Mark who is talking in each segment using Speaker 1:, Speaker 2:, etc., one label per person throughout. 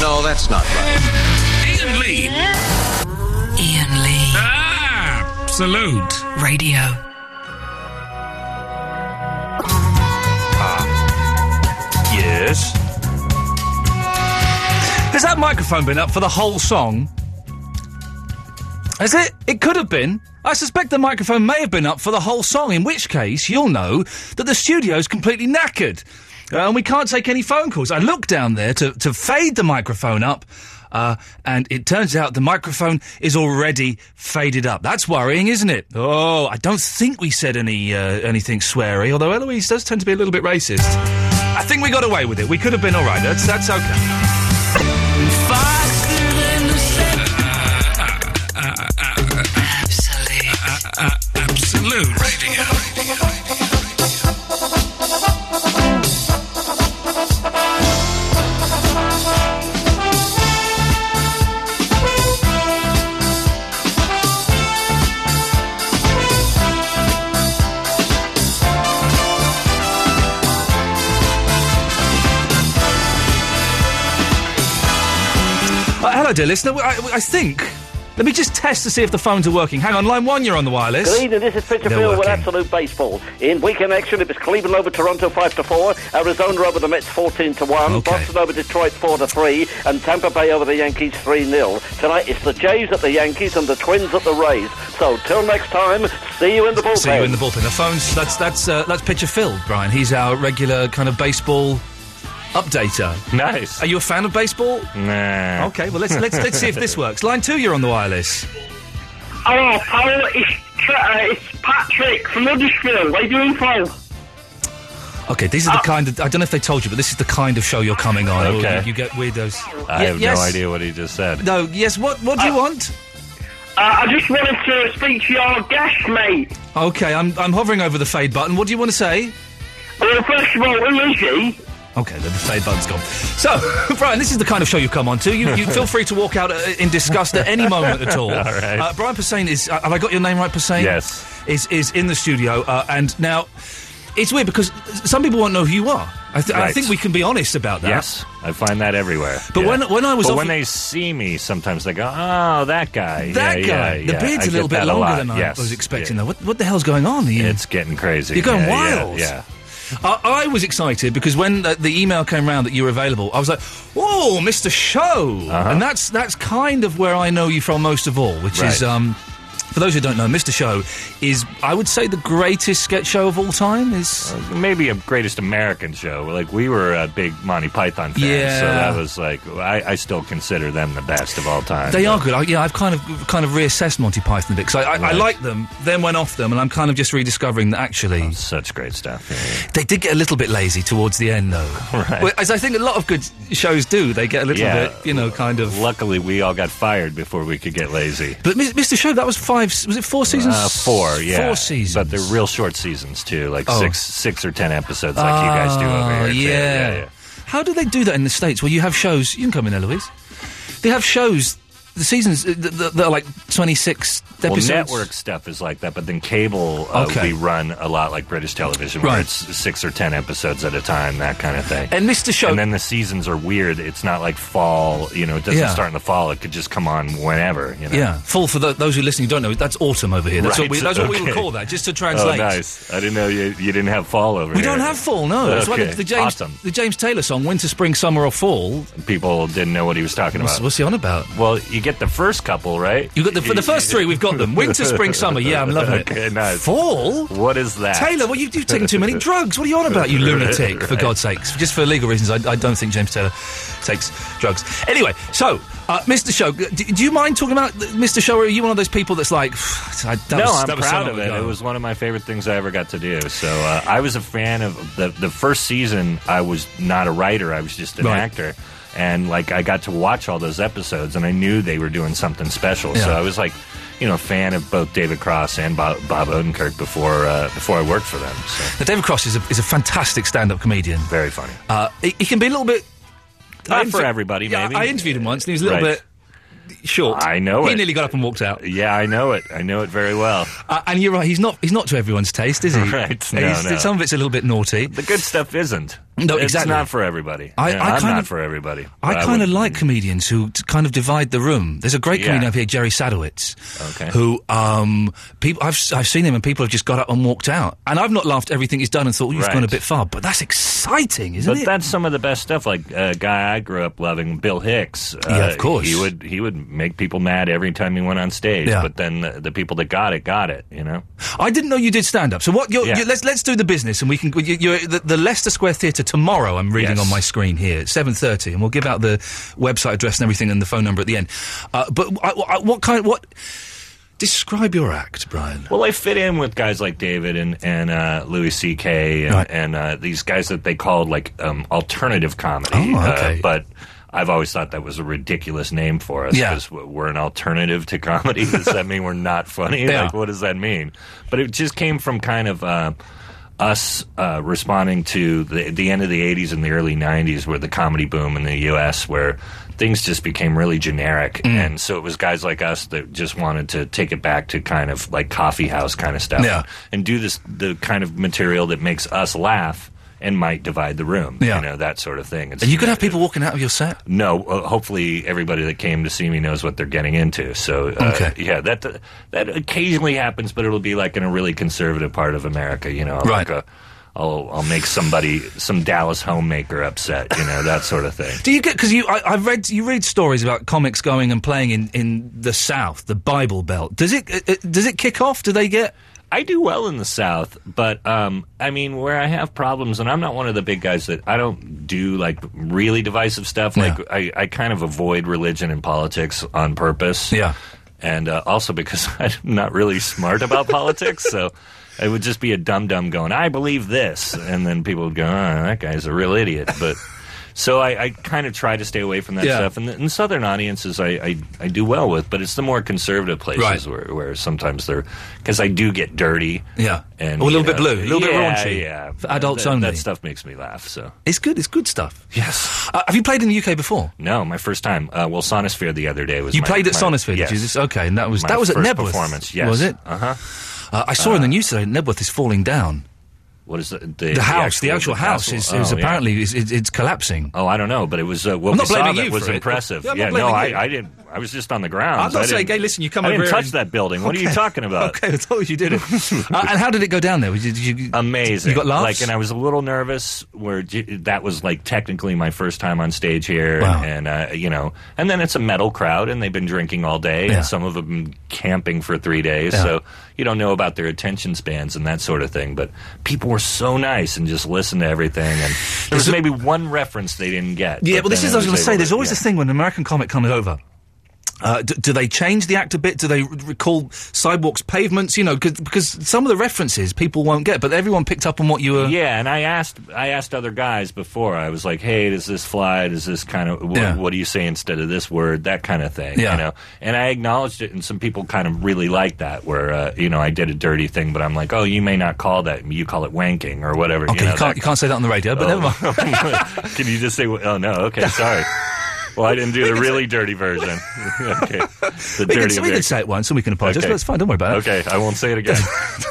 Speaker 1: No, that's not right.
Speaker 2: Ian Lee.
Speaker 3: Ian Lee.
Speaker 2: Ah, salute.
Speaker 3: Radio.
Speaker 2: Uh,
Speaker 4: Yes. Has that microphone been up for the whole song? Has it? It could have been. I suspect the microphone may have been up for the whole song, in which case you'll know that the studio's completely knackered uh, and we can't take any phone calls. I looked down there to, to fade the microphone up, uh, and it turns out the microphone is already faded up. That's worrying, isn't it? Oh, I don't think we said any uh, anything sweary, although Eloise does tend to be a little bit racist. I think we got away with it. We could have been all right. That's, that's okay.
Speaker 2: uh, Absolute radio.
Speaker 4: Uh, hello, dear listener. I, I think. Let me just test to see if the phones are working. Hang on, line one, you're on the wireless.
Speaker 5: Good evening, this is Pitcher
Speaker 4: They're
Speaker 5: Field with
Speaker 4: working.
Speaker 5: Absolute Baseball. In weekend action, it was Cleveland over Toronto 5 to 4, Arizona over the Mets 14 to 1, Boston over Detroit 4 to 3, and Tampa Bay over the Yankees 3 0. Tonight it's the Jays at the Yankees and the Twins at the Rays. So till next time, see you in the bullpen.
Speaker 4: See you in the bullpen. The phones. That's that's uh, that's pitcher Phil, Brian. He's our regular kind of baseball updater. Nice. Are you a fan of baseball? Nah. Okay. Well, let's let's let's see if this works. Line two, you're on the wireless.
Speaker 6: Hello, Paul. It's, Tr- uh, it's Patrick from Huddersfield. What are you doing, Paul?
Speaker 4: Okay, these
Speaker 5: Ah.
Speaker 4: are the kind of. I don't know if they told you, but this is the kind of show you're coming on.
Speaker 7: Okay.
Speaker 4: Oh,
Speaker 7: Uh,
Speaker 4: You, you get weirdos.
Speaker 7: I
Speaker 4: Ye-
Speaker 7: have
Speaker 4: yes?
Speaker 7: no idea what he just said.
Speaker 4: No. Yes. What What do you want?
Speaker 6: Uh, I just wanted to speak to your guest, mate.
Speaker 4: Okay. I'm I'm hovering over the fade button. What do you want to say?
Speaker 6: Well, first of all, who is he?
Speaker 4: Okay, the, the fade button's gone. So, Brian, this is the kind of show you come on to. You, you feel free to walk out uh, in disgust at any moment at all.
Speaker 7: All right.
Speaker 4: Uh, Brian Posehn is. Uh, have I got your name right, Posehn?
Speaker 7: Yes.
Speaker 4: Is is in the studio, uh, and now it's weird because some people won't know who you are. I, th- I
Speaker 7: Right.
Speaker 4: think we can be honest about that.
Speaker 7: Yes, I find that everywhere.
Speaker 4: But when- when I was
Speaker 7: but
Speaker 4: off-
Speaker 7: when they see me, sometimes they go, "Oh, that guy,
Speaker 4: That
Speaker 7: Yeah,
Speaker 4: guy.
Speaker 7: yeah,
Speaker 4: the
Speaker 7: yeah.
Speaker 4: beard's
Speaker 7: I
Speaker 4: a little
Speaker 7: get that
Speaker 4: bit longer
Speaker 7: lot.
Speaker 4: than I
Speaker 7: Yes.
Speaker 4: was expecting,
Speaker 7: Yeah.
Speaker 4: though. What, what the hell's going on? Ian?
Speaker 7: It's getting crazy.
Speaker 4: You're going
Speaker 7: Yeah, yeah,
Speaker 4: wild.
Speaker 7: Yeah,
Speaker 4: Uh, I was excited because when uh, the email came round that you were available, I was like, "Oh, Mr. Show,"
Speaker 7: Uh-huh.
Speaker 4: and that's that's kind of where I know you from most of all, which is.
Speaker 7: Right.
Speaker 4: Um, for those who don't know, Mr. Show is, I would say, the greatest sketch show of all time. Is
Speaker 7: Uh, Maybe a greatest American show. Like we were a big Monty Python fan, so
Speaker 4: Yeah.
Speaker 7: that was like I, I still consider them the best of all time.
Speaker 4: they are good. I, yeah, I've kind of kind of reassessed Monty Python a bit because I, I, I
Speaker 7: uh, Right.
Speaker 4: like them, then went off them, and I'm kind of just rediscovering that actually
Speaker 7: Oh, Such great stuff.
Speaker 4: they did get a little bit lazy towards the end, though.
Speaker 7: Right.
Speaker 4: Well, As I think a lot of good shows do, they get a little
Speaker 7: Yeah.
Speaker 4: bit, you know, kind of.
Speaker 7: Luckily, we all got fired before we could get lazy.
Speaker 4: But Mis- Mr. Show, that was five. Was it four seasons?
Speaker 7: Uh, four, yeah,
Speaker 4: Four seasons.
Speaker 7: but they're real short seasons too, like
Speaker 4: Oh.
Speaker 7: six, six or ten episodes, like you guys do over
Speaker 4: Ah,
Speaker 7: here. too.
Speaker 4: Yeah. How do they do that in the states? Where you have shows. You can come in, Eloise. They have shows. The seasons uh, th- th- that are like twenty six episodes.
Speaker 7: Well, network stuff is like that, but then cable uh, we
Speaker 4: Okay.
Speaker 7: run a lot like British television,
Speaker 4: Right.
Speaker 7: where it's six or ten episodes at a time, that kind of thing.
Speaker 4: And Mr. Show.
Speaker 7: And then the seasons are weird. It's not like fall, you know. It doesn't
Speaker 4: Yeah.
Speaker 7: start in the fall. It could just come on whenever. You know?
Speaker 4: yeah, full for tho- those who are listening who don't know. That's autumn over here. That's
Speaker 7: Right,
Speaker 4: what we. That's what we would
Speaker 7: okay.
Speaker 4: call that. Just to
Speaker 7: Oh,
Speaker 4: translate.
Speaker 7: nice. I didn't know you, you didn't have fall over
Speaker 4: We
Speaker 7: here.
Speaker 4: don't have fall. No, that's why
Speaker 7: Okay.
Speaker 4: the, the James
Speaker 7: Autumn.
Speaker 4: the James Taylor song, "Winter, Spring, Summer, or Fall."
Speaker 7: People didn't know what he was talking
Speaker 4: What's,
Speaker 7: about.
Speaker 4: what's he on about?
Speaker 7: Well, you get the first couple, right?
Speaker 4: You got the for the first three. We've got them: winter, spring, summer. Yeah, I'm loving it.
Speaker 7: Okay, nice.
Speaker 4: Fall.
Speaker 7: What is that?
Speaker 4: Taylor, well, you, you've taken too many drugs. What are you on about, you lunatic? For God's sakes, just for legal reasons, I, I don't think James Taylor takes drugs. Anyway, so uh, Mr. Show, d- do you mind talking about th- Mr. Show? Or are you one of those people that's like, I, that
Speaker 7: no,
Speaker 4: was,
Speaker 7: I'm
Speaker 4: that was so
Speaker 7: proud
Speaker 4: long
Speaker 7: of it.
Speaker 4: ago.
Speaker 7: It was one of my favorite things I ever got to do. So uh, I was a fan of the the first season. I was not a writer. I was just an
Speaker 4: Right.
Speaker 7: actor. And like I got to watch all those episodes, and I knew they were doing something special. So
Speaker 4: Yeah.
Speaker 7: I was like, you know, a fan of both David Cross and Bob, Bob Odenkirk before uh, before I worked for them. So
Speaker 4: Now, David Cross is a, is a fantastic stand-up comedian.
Speaker 7: very funny.
Speaker 4: Uh, he, he can be a little bit.
Speaker 7: Not
Speaker 4: I
Speaker 7: for
Speaker 4: interv-
Speaker 7: everybody,
Speaker 4: Yeah,
Speaker 7: maybe.
Speaker 4: I interviewed him once, and he was a little
Speaker 7: Right.
Speaker 4: bit short.
Speaker 7: I know
Speaker 4: He
Speaker 7: it.
Speaker 4: nearly got up and walked out.
Speaker 7: Yeah, I know it. I know it very well.
Speaker 4: Uh, and you're right. He's not. He's not to everyone's taste, is he?
Speaker 7: Right, no,
Speaker 4: He's-
Speaker 7: no.
Speaker 4: Some of it's a little bit naughty.
Speaker 7: The good stuff isn't.
Speaker 4: No,
Speaker 7: it's
Speaker 4: exactly.
Speaker 7: not for everybody. I,
Speaker 4: I- I
Speaker 7: am
Speaker 4: kind
Speaker 7: not
Speaker 4: of-
Speaker 7: for everybody. but
Speaker 4: I kind of
Speaker 7: would-
Speaker 4: like comedians who t- kind of divide the room. There's a great comedian
Speaker 7: Yeah.
Speaker 4: up here, Jerry Sadowitz,
Speaker 7: Okay.
Speaker 4: who um, people I've s- I've seen him and people have just got up and walked out, and I've not laughed at everything he's done and thought "Oh, you've
Speaker 7: Right.
Speaker 4: gone a bit far, but that's exciting, isn't
Speaker 7: But
Speaker 4: it?
Speaker 7: that's some of the best stuff. Like a guy I grew up loving, Bill Hicks. Uh,
Speaker 4: Yeah, of course.
Speaker 7: He would he would make people mad every time he went on stage.
Speaker 4: Yeah.
Speaker 7: But then the, the people that got it got it. You know.
Speaker 4: I didn't know you did stand up. So what? You're,
Speaker 7: Yeah.
Speaker 4: you let's let's do the business, and we can. You, you're at the, the Leicester Square Theatre tomorrow. I'm reading
Speaker 7: Yes.
Speaker 4: on my screen here, seven thirty, and we'll give out the website address and everything, and the phone number at the end. Uh, but I, I- what kind? What? Describe your act, Brian.
Speaker 7: Well, I fit in with guys like David and and uh, Louis C.K. and,
Speaker 4: Right.
Speaker 7: and uh, these guys that they called like um, alternative comedy.
Speaker 4: Oh, okay.
Speaker 7: uh, but I've always thought that was a ridiculous name for us
Speaker 4: Yeah.
Speaker 7: because we're an alternative to comedy. Does that mean we're not funny?
Speaker 4: Yeah.
Speaker 7: Like, what does that mean? But it just came from kind of. Uh, us uh, responding to the, the end of the 80s and the early 90s were the comedy boom in the US where things just became really generic
Speaker 4: Mm.
Speaker 7: and so it was guys like us that just wanted to take it back to kind of like coffee house kind of stuff
Speaker 4: Yeah.
Speaker 7: and do this the kind of material that makes us laugh and might divide the room
Speaker 4: Yeah.
Speaker 7: you know that sort of thing It's-
Speaker 4: Are you going to have people walking out of your set?
Speaker 7: no, uh, hopefully everybody that came to see me knows what they're getting into. So, uh,
Speaker 4: Okay.
Speaker 7: yeah, that that occasionally happens, but it'll be like in a really conservative part of America. You know, like
Speaker 4: Right.
Speaker 7: a, I'll I'll make somebody some Dallas homemaker upset. You know, that sort of thing.
Speaker 4: Do you get because you? I, I read you read stories about comics going and playing in, in the South, the Bible Belt. Does it, uh, uh, does it kick off? Do they get?
Speaker 7: I do well in the South, but um, I mean, where I have problems, and I'm not one of the big guys that I don't do like really divisive stuff. Like
Speaker 4: Yeah.
Speaker 7: I, I kind of avoid religion and politics on purpose.
Speaker 4: Yeah.
Speaker 7: and uh, also because I'm not really smart about politics, so it would just be a dum dum going, "I believe this," and then people would go, oh, "That guy's a real idiot." But so I, I kind of try to stay away from that
Speaker 4: Yeah.
Speaker 7: stuff. And the, and Southern audiences, I, I I do well with, but it's the more conservative places
Speaker 4: Right.
Speaker 7: where, where sometimes they're because I do get dirty.
Speaker 4: Yeah.
Speaker 7: and
Speaker 4: Or a little
Speaker 7: you
Speaker 4: bit blue, a little bit
Speaker 7: yeah,
Speaker 4: raunchy.
Speaker 7: Yeah,
Speaker 4: For adults
Speaker 7: that,
Speaker 4: only.
Speaker 7: That stuff makes me laugh. So
Speaker 4: It's good. It's good stuff.
Speaker 7: yes.
Speaker 4: Uh, have you played in the UK before?
Speaker 7: No, my first time. Uh, well, Sonosphere the other day was
Speaker 4: You
Speaker 7: my-
Speaker 4: played at
Speaker 7: my-
Speaker 4: Sonosphere,
Speaker 7: yes.
Speaker 4: did you? This- Okay, and that was
Speaker 7: My
Speaker 4: that was at
Speaker 7: first
Speaker 4: Nebworth
Speaker 7: performance, yes.
Speaker 4: was it?
Speaker 7: Uh-huh.
Speaker 4: Uh, I saw in the news today Nebworth is falling down.
Speaker 7: What is the the,
Speaker 4: The house, the actual, house,
Speaker 7: castle?
Speaker 4: is, is
Speaker 7: Oh, yeah.
Speaker 4: apparently is, is, it's collapsing.
Speaker 7: Oh, I don't know, but it was uh, what
Speaker 4: I'm
Speaker 7: we
Speaker 4: not
Speaker 7: saw
Speaker 4: blaming
Speaker 7: that
Speaker 4: you
Speaker 7: was
Speaker 4: for it.
Speaker 7: impressive.
Speaker 4: Yeah, I'm not
Speaker 7: yeah, no,
Speaker 4: blaming you.
Speaker 7: I, I didn't. I was just on the ground.
Speaker 4: I'm not saying, hey, listen, you come
Speaker 7: Oh, I
Speaker 4: over
Speaker 7: didn't
Speaker 4: here
Speaker 7: touch
Speaker 4: and-
Speaker 7: that building. What are you
Speaker 4: Okay.
Speaker 7: talking about?
Speaker 4: Okay, I told you did it. uh, and how did it go down there? Did you, did you-
Speaker 7: Amazing.
Speaker 4: You got laughs.
Speaker 7: Like, and I was a little nervous. Where j- that was like technically my first time on stage here,
Speaker 4: Wow.
Speaker 7: and, uh, you know, and then it's a metal crowd, and they've been drinking all day,
Speaker 4: Yeah.
Speaker 7: and some of them camping for three days,
Speaker 4: Yeah.
Speaker 7: so you don't know about their attention spans and that sort of thing. But people were so nice and just listened to everything, and there was maybe one reference they didn't get.
Speaker 4: yeah,
Speaker 7: but
Speaker 4: well, this
Speaker 7: then
Speaker 4: is what I was going to say.
Speaker 7: able
Speaker 4: There's
Speaker 7: to-
Speaker 4: always
Speaker 7: yeah.
Speaker 4: this thing when an American comic comes over. Uh, do, do they change the act a bit? Do they re- recall sidewalks, pavements? You know, 'cause- because some of the references people won't get, but everyone picked up on what you were.
Speaker 7: Yeah, and I asked I asked other guys before. I was like, "Hey, does this fly? Does this kind of wh-
Speaker 4: Yeah.
Speaker 7: what do you say instead of this word? That kind of thing."
Speaker 4: Yeah.
Speaker 7: You know, and I acknowledged it, and some people kind of really liked that. Where uh, you know, I did a dirty thing, but I'm like, "Oh, you may not call that. You call it wanking or whatever."
Speaker 4: Okay, you,
Speaker 7: know,
Speaker 4: can't
Speaker 7: that- Oh.
Speaker 4: you can't say that on the radio, but never mind.
Speaker 7: Can you just say? wh- Oh no. Okay, sorry. Well, I didn't do the really dirty version. okay, the
Speaker 4: We
Speaker 7: dirty
Speaker 4: can, we can
Speaker 7: version.
Speaker 4: say it once and we can apologise,
Speaker 7: Okay.
Speaker 4: but it's fine. Don't worry about it.
Speaker 7: Okay, I won't say it again.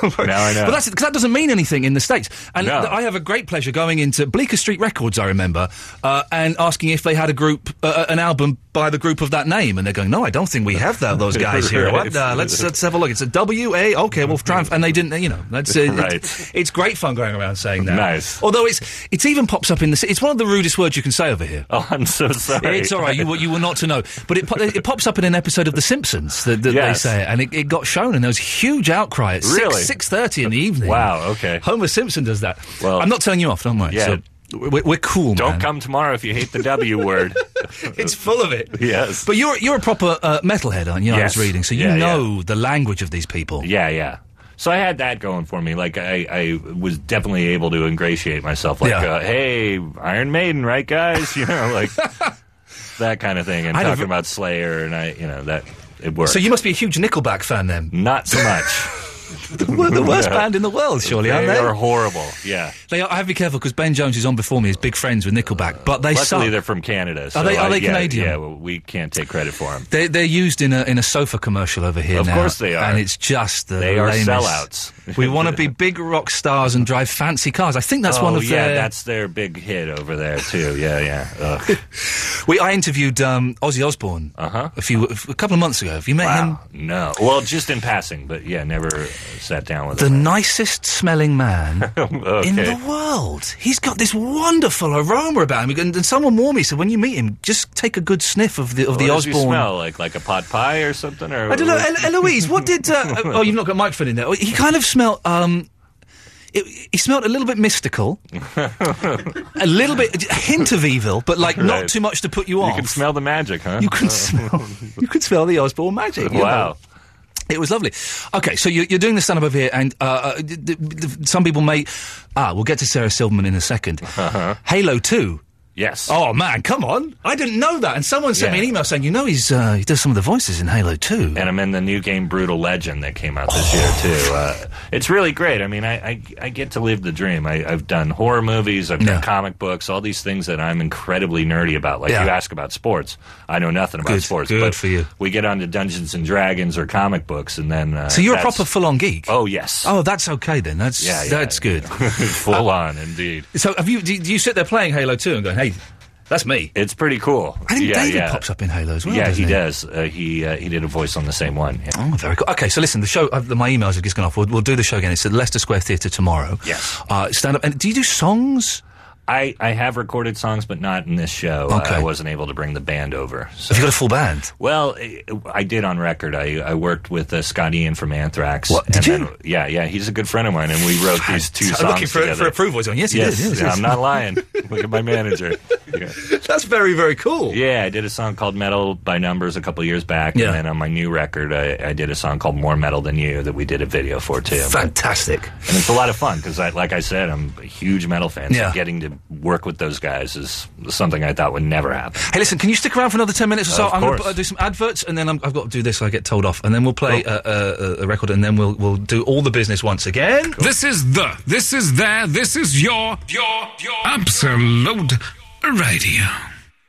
Speaker 7: now I know.
Speaker 4: But that's because that doesn't mean anything in the states. And
Speaker 7: No.
Speaker 4: th- I have a great pleasure going into Bleecker Street Records. I remember uh, and asking if they had a group, uh, an album by the group of that name, and they're going, "No, I don't think we have that, those guys here. What? Uh, let's let's have a look. It's a W A. Okay, well, triumph. And they didn't. You know, that's uh,
Speaker 7: Right.
Speaker 4: it's, it's great fun going around saying that.
Speaker 7: Nice.
Speaker 4: Although it's it's even pops up in the. ci- It's one of the rudest words you can say over here.
Speaker 7: Oh, I'm so sorry.
Speaker 4: It's all right. You, were- you were not to know, but it, po- it pops up in an episode of The Simpsons that, that
Speaker 7: Yes.
Speaker 4: they say it, and it, it got shown, and there was huge outcry at
Speaker 7: Really?
Speaker 4: six thirty in the evening.
Speaker 7: Wow, okay.
Speaker 4: Homer Simpson does that.
Speaker 7: Well-
Speaker 4: I'm not telling you off, don't worry.
Speaker 7: Yeah.
Speaker 4: So we're, we're cool.
Speaker 7: Don't
Speaker 4: man.
Speaker 7: come tomorrow if you hate the W word.
Speaker 4: It's full of it.
Speaker 7: Yes.
Speaker 4: But you're you're a proper uh, metalhead, aren't you? I was
Speaker 7: Yes.
Speaker 4: reading, so you
Speaker 7: Yeah,
Speaker 4: know the language of these people.
Speaker 7: Yeah, yeah. So I had that going for me. Like I, I was definitely able to ingratiate myself. Like,
Speaker 4: Yeah.
Speaker 7: uh, hey, Iron Maiden, right, guys? You know, like that kind of thing. And
Speaker 4: I'd have-
Speaker 7: talking about Slayer, and I, you know, that it worked.
Speaker 4: So you must be a huge Nickelback fan then.
Speaker 7: not so much.
Speaker 4: We're the worst band in the world, surely, aren't
Speaker 7: they
Speaker 4: they?
Speaker 7: are horrible. Yeah.
Speaker 4: They are, I have to be careful because Ben Jones is on before me. Is big friends with Nickelback, but they
Speaker 7: Luckily,
Speaker 4: suck.
Speaker 7: they're from Canada. So
Speaker 4: they- are
Speaker 7: I-
Speaker 4: they
Speaker 7: yeah,
Speaker 4: Canadian?
Speaker 7: Yeah, well, we can't take credit for them.
Speaker 4: They're, they're used in a in a sofa commercial over here.
Speaker 7: Of
Speaker 4: now,
Speaker 7: course they are.
Speaker 4: and it's just the
Speaker 7: They are
Speaker 4: lamest.
Speaker 7: sellouts.
Speaker 4: we want to be big rock stars and drive fancy cars. I think that's
Speaker 7: oh,
Speaker 4: one of
Speaker 7: yeah,
Speaker 4: their.
Speaker 7: that's their big hit over there too. Yeah, yeah. Ugh.
Speaker 4: We I interviewed um, Ozzy Osbourne
Speaker 7: Uh-huh.
Speaker 4: a few a couple of months ago. Have you met him?
Speaker 7: Wow. No. Well, just in passing, but yeah, never sat down with
Speaker 4: The
Speaker 7: them.
Speaker 4: nicest smelling man
Speaker 7: okay.
Speaker 4: in the world. He's got this wonderful aroma about him. And, and someone warned me, so when you meet him, just take a good sniff of the of
Speaker 7: What
Speaker 4: the
Speaker 7: Oh, does he
Speaker 4: Osborne.
Speaker 7: smell like like a pot pie or something. Or
Speaker 4: I don't know, El- Eloise. What did? Uh, oh, you've not got microphone in there. He kind of smelled. Um, it, he smelled a little bit mystical, a little bit, a hint of evil, but like
Speaker 7: Right.
Speaker 4: not too much to put you off.
Speaker 7: You can smell the magic, huh? Uh.
Speaker 4: You can smell. You can smell the Osborne magic. you know.
Speaker 7: Wow.
Speaker 4: It was lovely. Okay, so you're, you're doing the stand up over here, and uh, uh, d- d- d- some people may. Ah, we'll get to Sarah Silverman in a 2nd Halo 2.
Speaker 7: Uh-huh. Yes.
Speaker 4: Oh, man, come on. I didn't know that. And someone sent
Speaker 7: Yeah.
Speaker 4: me an email saying, you know, he's uh, he does some of the voices in Halo 2.
Speaker 7: and I'm in the new game Brutal Legend that came out this
Speaker 4: Oh.
Speaker 7: year too. Uh, it's really great. I mean, I, I I get to live the dream. I, I've done horror movies, I've
Speaker 4: Yeah.
Speaker 7: done comic books, all these things that I'm incredibly nerdy about. Like
Speaker 4: Yeah.
Speaker 7: you ask about sports, I know nothing about
Speaker 4: Good-
Speaker 7: sports.
Speaker 4: good
Speaker 7: but
Speaker 4: for you.
Speaker 7: We get onto Dungeons and Dragons or comic books, and then uh,
Speaker 4: so you're a
Speaker 7: that's-
Speaker 4: proper full on geek.
Speaker 7: Oh yes.
Speaker 4: Oh, that's okay then. That's
Speaker 7: Yeah, yeah.
Speaker 4: that's good.
Speaker 7: Full on, indeed.
Speaker 4: so, have you do, do you sit there playing Halo Two and going, "Hey, that's me"?
Speaker 7: It's pretty cool.
Speaker 4: I think
Speaker 7: yeah,
Speaker 4: David
Speaker 7: yeah.
Speaker 4: pops up in Halo as well.
Speaker 7: yeah,
Speaker 4: doesn't
Speaker 7: he does. Uh, he uh, he did a voice on the same one. yeah.
Speaker 4: Oh, very cool. Okay, so listen, the show. Uh, the, my emails have just gone off. We'll, we'll do the show again. It's at Leicester Square Theatre tomorrow.
Speaker 7: Yes.
Speaker 4: Uh, stand up. And do you do songs?
Speaker 7: I, I have recorded songs, but not in this show.
Speaker 4: Okay.
Speaker 7: I, I wasn't able to bring the band over. So.
Speaker 4: Have you got a full band?
Speaker 7: Well, I- I did on record. I, I worked with uh, Scott Ian from Anthrax.
Speaker 4: What,
Speaker 7: and
Speaker 4: did you?
Speaker 7: yeah, yeah. He's a good friend of mine, and we wrote these two songs
Speaker 4: looking for,
Speaker 7: together.
Speaker 4: for approval. John. Yes, you
Speaker 7: yes,
Speaker 4: did. Yes,
Speaker 7: yeah,
Speaker 4: yes.
Speaker 7: I'm not lying. Look at my manager. Yeah.
Speaker 4: That's very, very cool.
Speaker 7: Yeah, I did a song called Metal by Numbers a couple years back,
Speaker 4: Yeah.
Speaker 7: and then on my new record, I, I did a song called More Metal Than You that we did a video for too.
Speaker 4: Fantastic.
Speaker 7: and it's a lot of fun because, I, like I said, I'm a huge metal fan.
Speaker 4: Yeah.
Speaker 7: So getting to work with those guys is something I thought would never happen.
Speaker 4: Hey, listen, can you stick around for another 10 minutes or so?
Speaker 7: Of
Speaker 4: I'm going
Speaker 7: course.
Speaker 4: to do some adverts and then I'm, I've got to do this. I get told off. And then we'll play uh uh a, a record and then we'll, we'll do all the business once again.
Speaker 2: This is the, this is their, this is your, your, your absolute radio.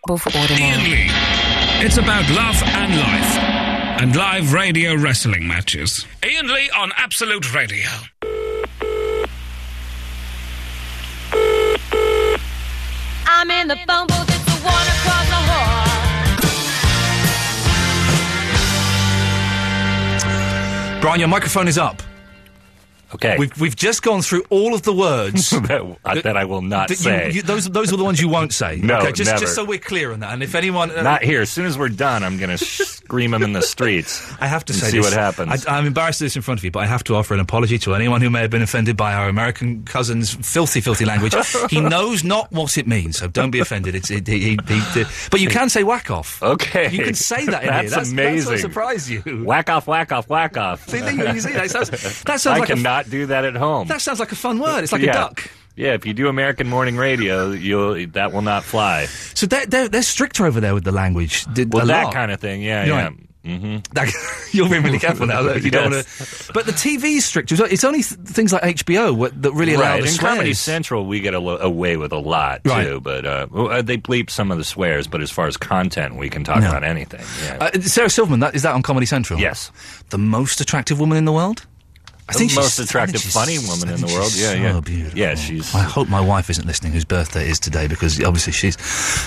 Speaker 3: Above
Speaker 2: Ian
Speaker 3: ordinary.
Speaker 2: Lee. It's about love and life and live radio wrestling matches. Ian Lee on Absolute Radio.
Speaker 1: I'm in the phone booth, it's the one across the hall.
Speaker 4: Brian, your microphone is up.
Speaker 7: Okay,
Speaker 4: We've, we've just gone through all of the words.
Speaker 7: that, I, that I will not
Speaker 4: that you-
Speaker 7: say.
Speaker 4: you- those, those are the ones you won't say.
Speaker 7: No,
Speaker 4: okay, just,
Speaker 7: never.
Speaker 4: just so we're clear on that. And if anyone. uh,
Speaker 7: not here. As soon as we're done, I'm going to scream them in the streets.
Speaker 4: I have to
Speaker 7: and
Speaker 4: say
Speaker 7: see
Speaker 4: this.
Speaker 7: what happens.
Speaker 4: I, I'm embarrassed to do this in front of you, but I have to offer an apology to anyone who may have been offended by our American cousin's filthy, filthy language. he knows not what it means, so don't be offended. It's, it, he, he, he- but you can say whack off.
Speaker 7: okay,
Speaker 4: You can say that in
Speaker 7: that's
Speaker 4: here. That's,
Speaker 7: amazing.
Speaker 4: That's what surprised you.
Speaker 7: Whack off, whack off, whack off.
Speaker 4: See, there you- you see, that sounds, that sounds
Speaker 7: I
Speaker 4: like a,
Speaker 7: cannot do that at home.
Speaker 4: that sounds like a fun word. It's like
Speaker 7: yeah.
Speaker 4: a duck.
Speaker 7: Yeah, if you do American morning radio, you'll that will not fly.
Speaker 4: So they're, they're, they're stricter over there with the language. Did
Speaker 7: Well,
Speaker 4: a
Speaker 7: that
Speaker 4: lot.
Speaker 7: kind of thing. Yeah,
Speaker 4: You're
Speaker 7: yeah. Mm-hmm.
Speaker 4: right. That- you're being really careful now. Look, you don't want
Speaker 7: Yes.
Speaker 4: to. But the TV is strict. It's only th- things like HBO what, that really allow
Speaker 7: Right.
Speaker 4: the
Speaker 7: In Comedy
Speaker 4: swears.
Speaker 7: Central, we get a lo- away with a lot
Speaker 4: Right.
Speaker 7: too, but uh, well, uh, they bleep some of the swears. But as far as content, we can talk
Speaker 4: No.
Speaker 7: about anything. Yeah.
Speaker 4: Uh, Sarah Silverman, that, is that on Comedy Central?
Speaker 7: yes.
Speaker 4: The most attractive woman in the world? I
Speaker 7: The
Speaker 4: think
Speaker 7: most
Speaker 4: she's- I
Speaker 7: attractive,
Speaker 4: think she's-
Speaker 7: funny woman
Speaker 4: I
Speaker 7: in
Speaker 4: think
Speaker 7: the world.
Speaker 4: she's
Speaker 7: Yeah,
Speaker 4: so
Speaker 7: yeah.
Speaker 4: beautiful.
Speaker 7: Yeah, she's-
Speaker 4: I hope my wife isn't listening, whose birthday it is today, because obviously she's.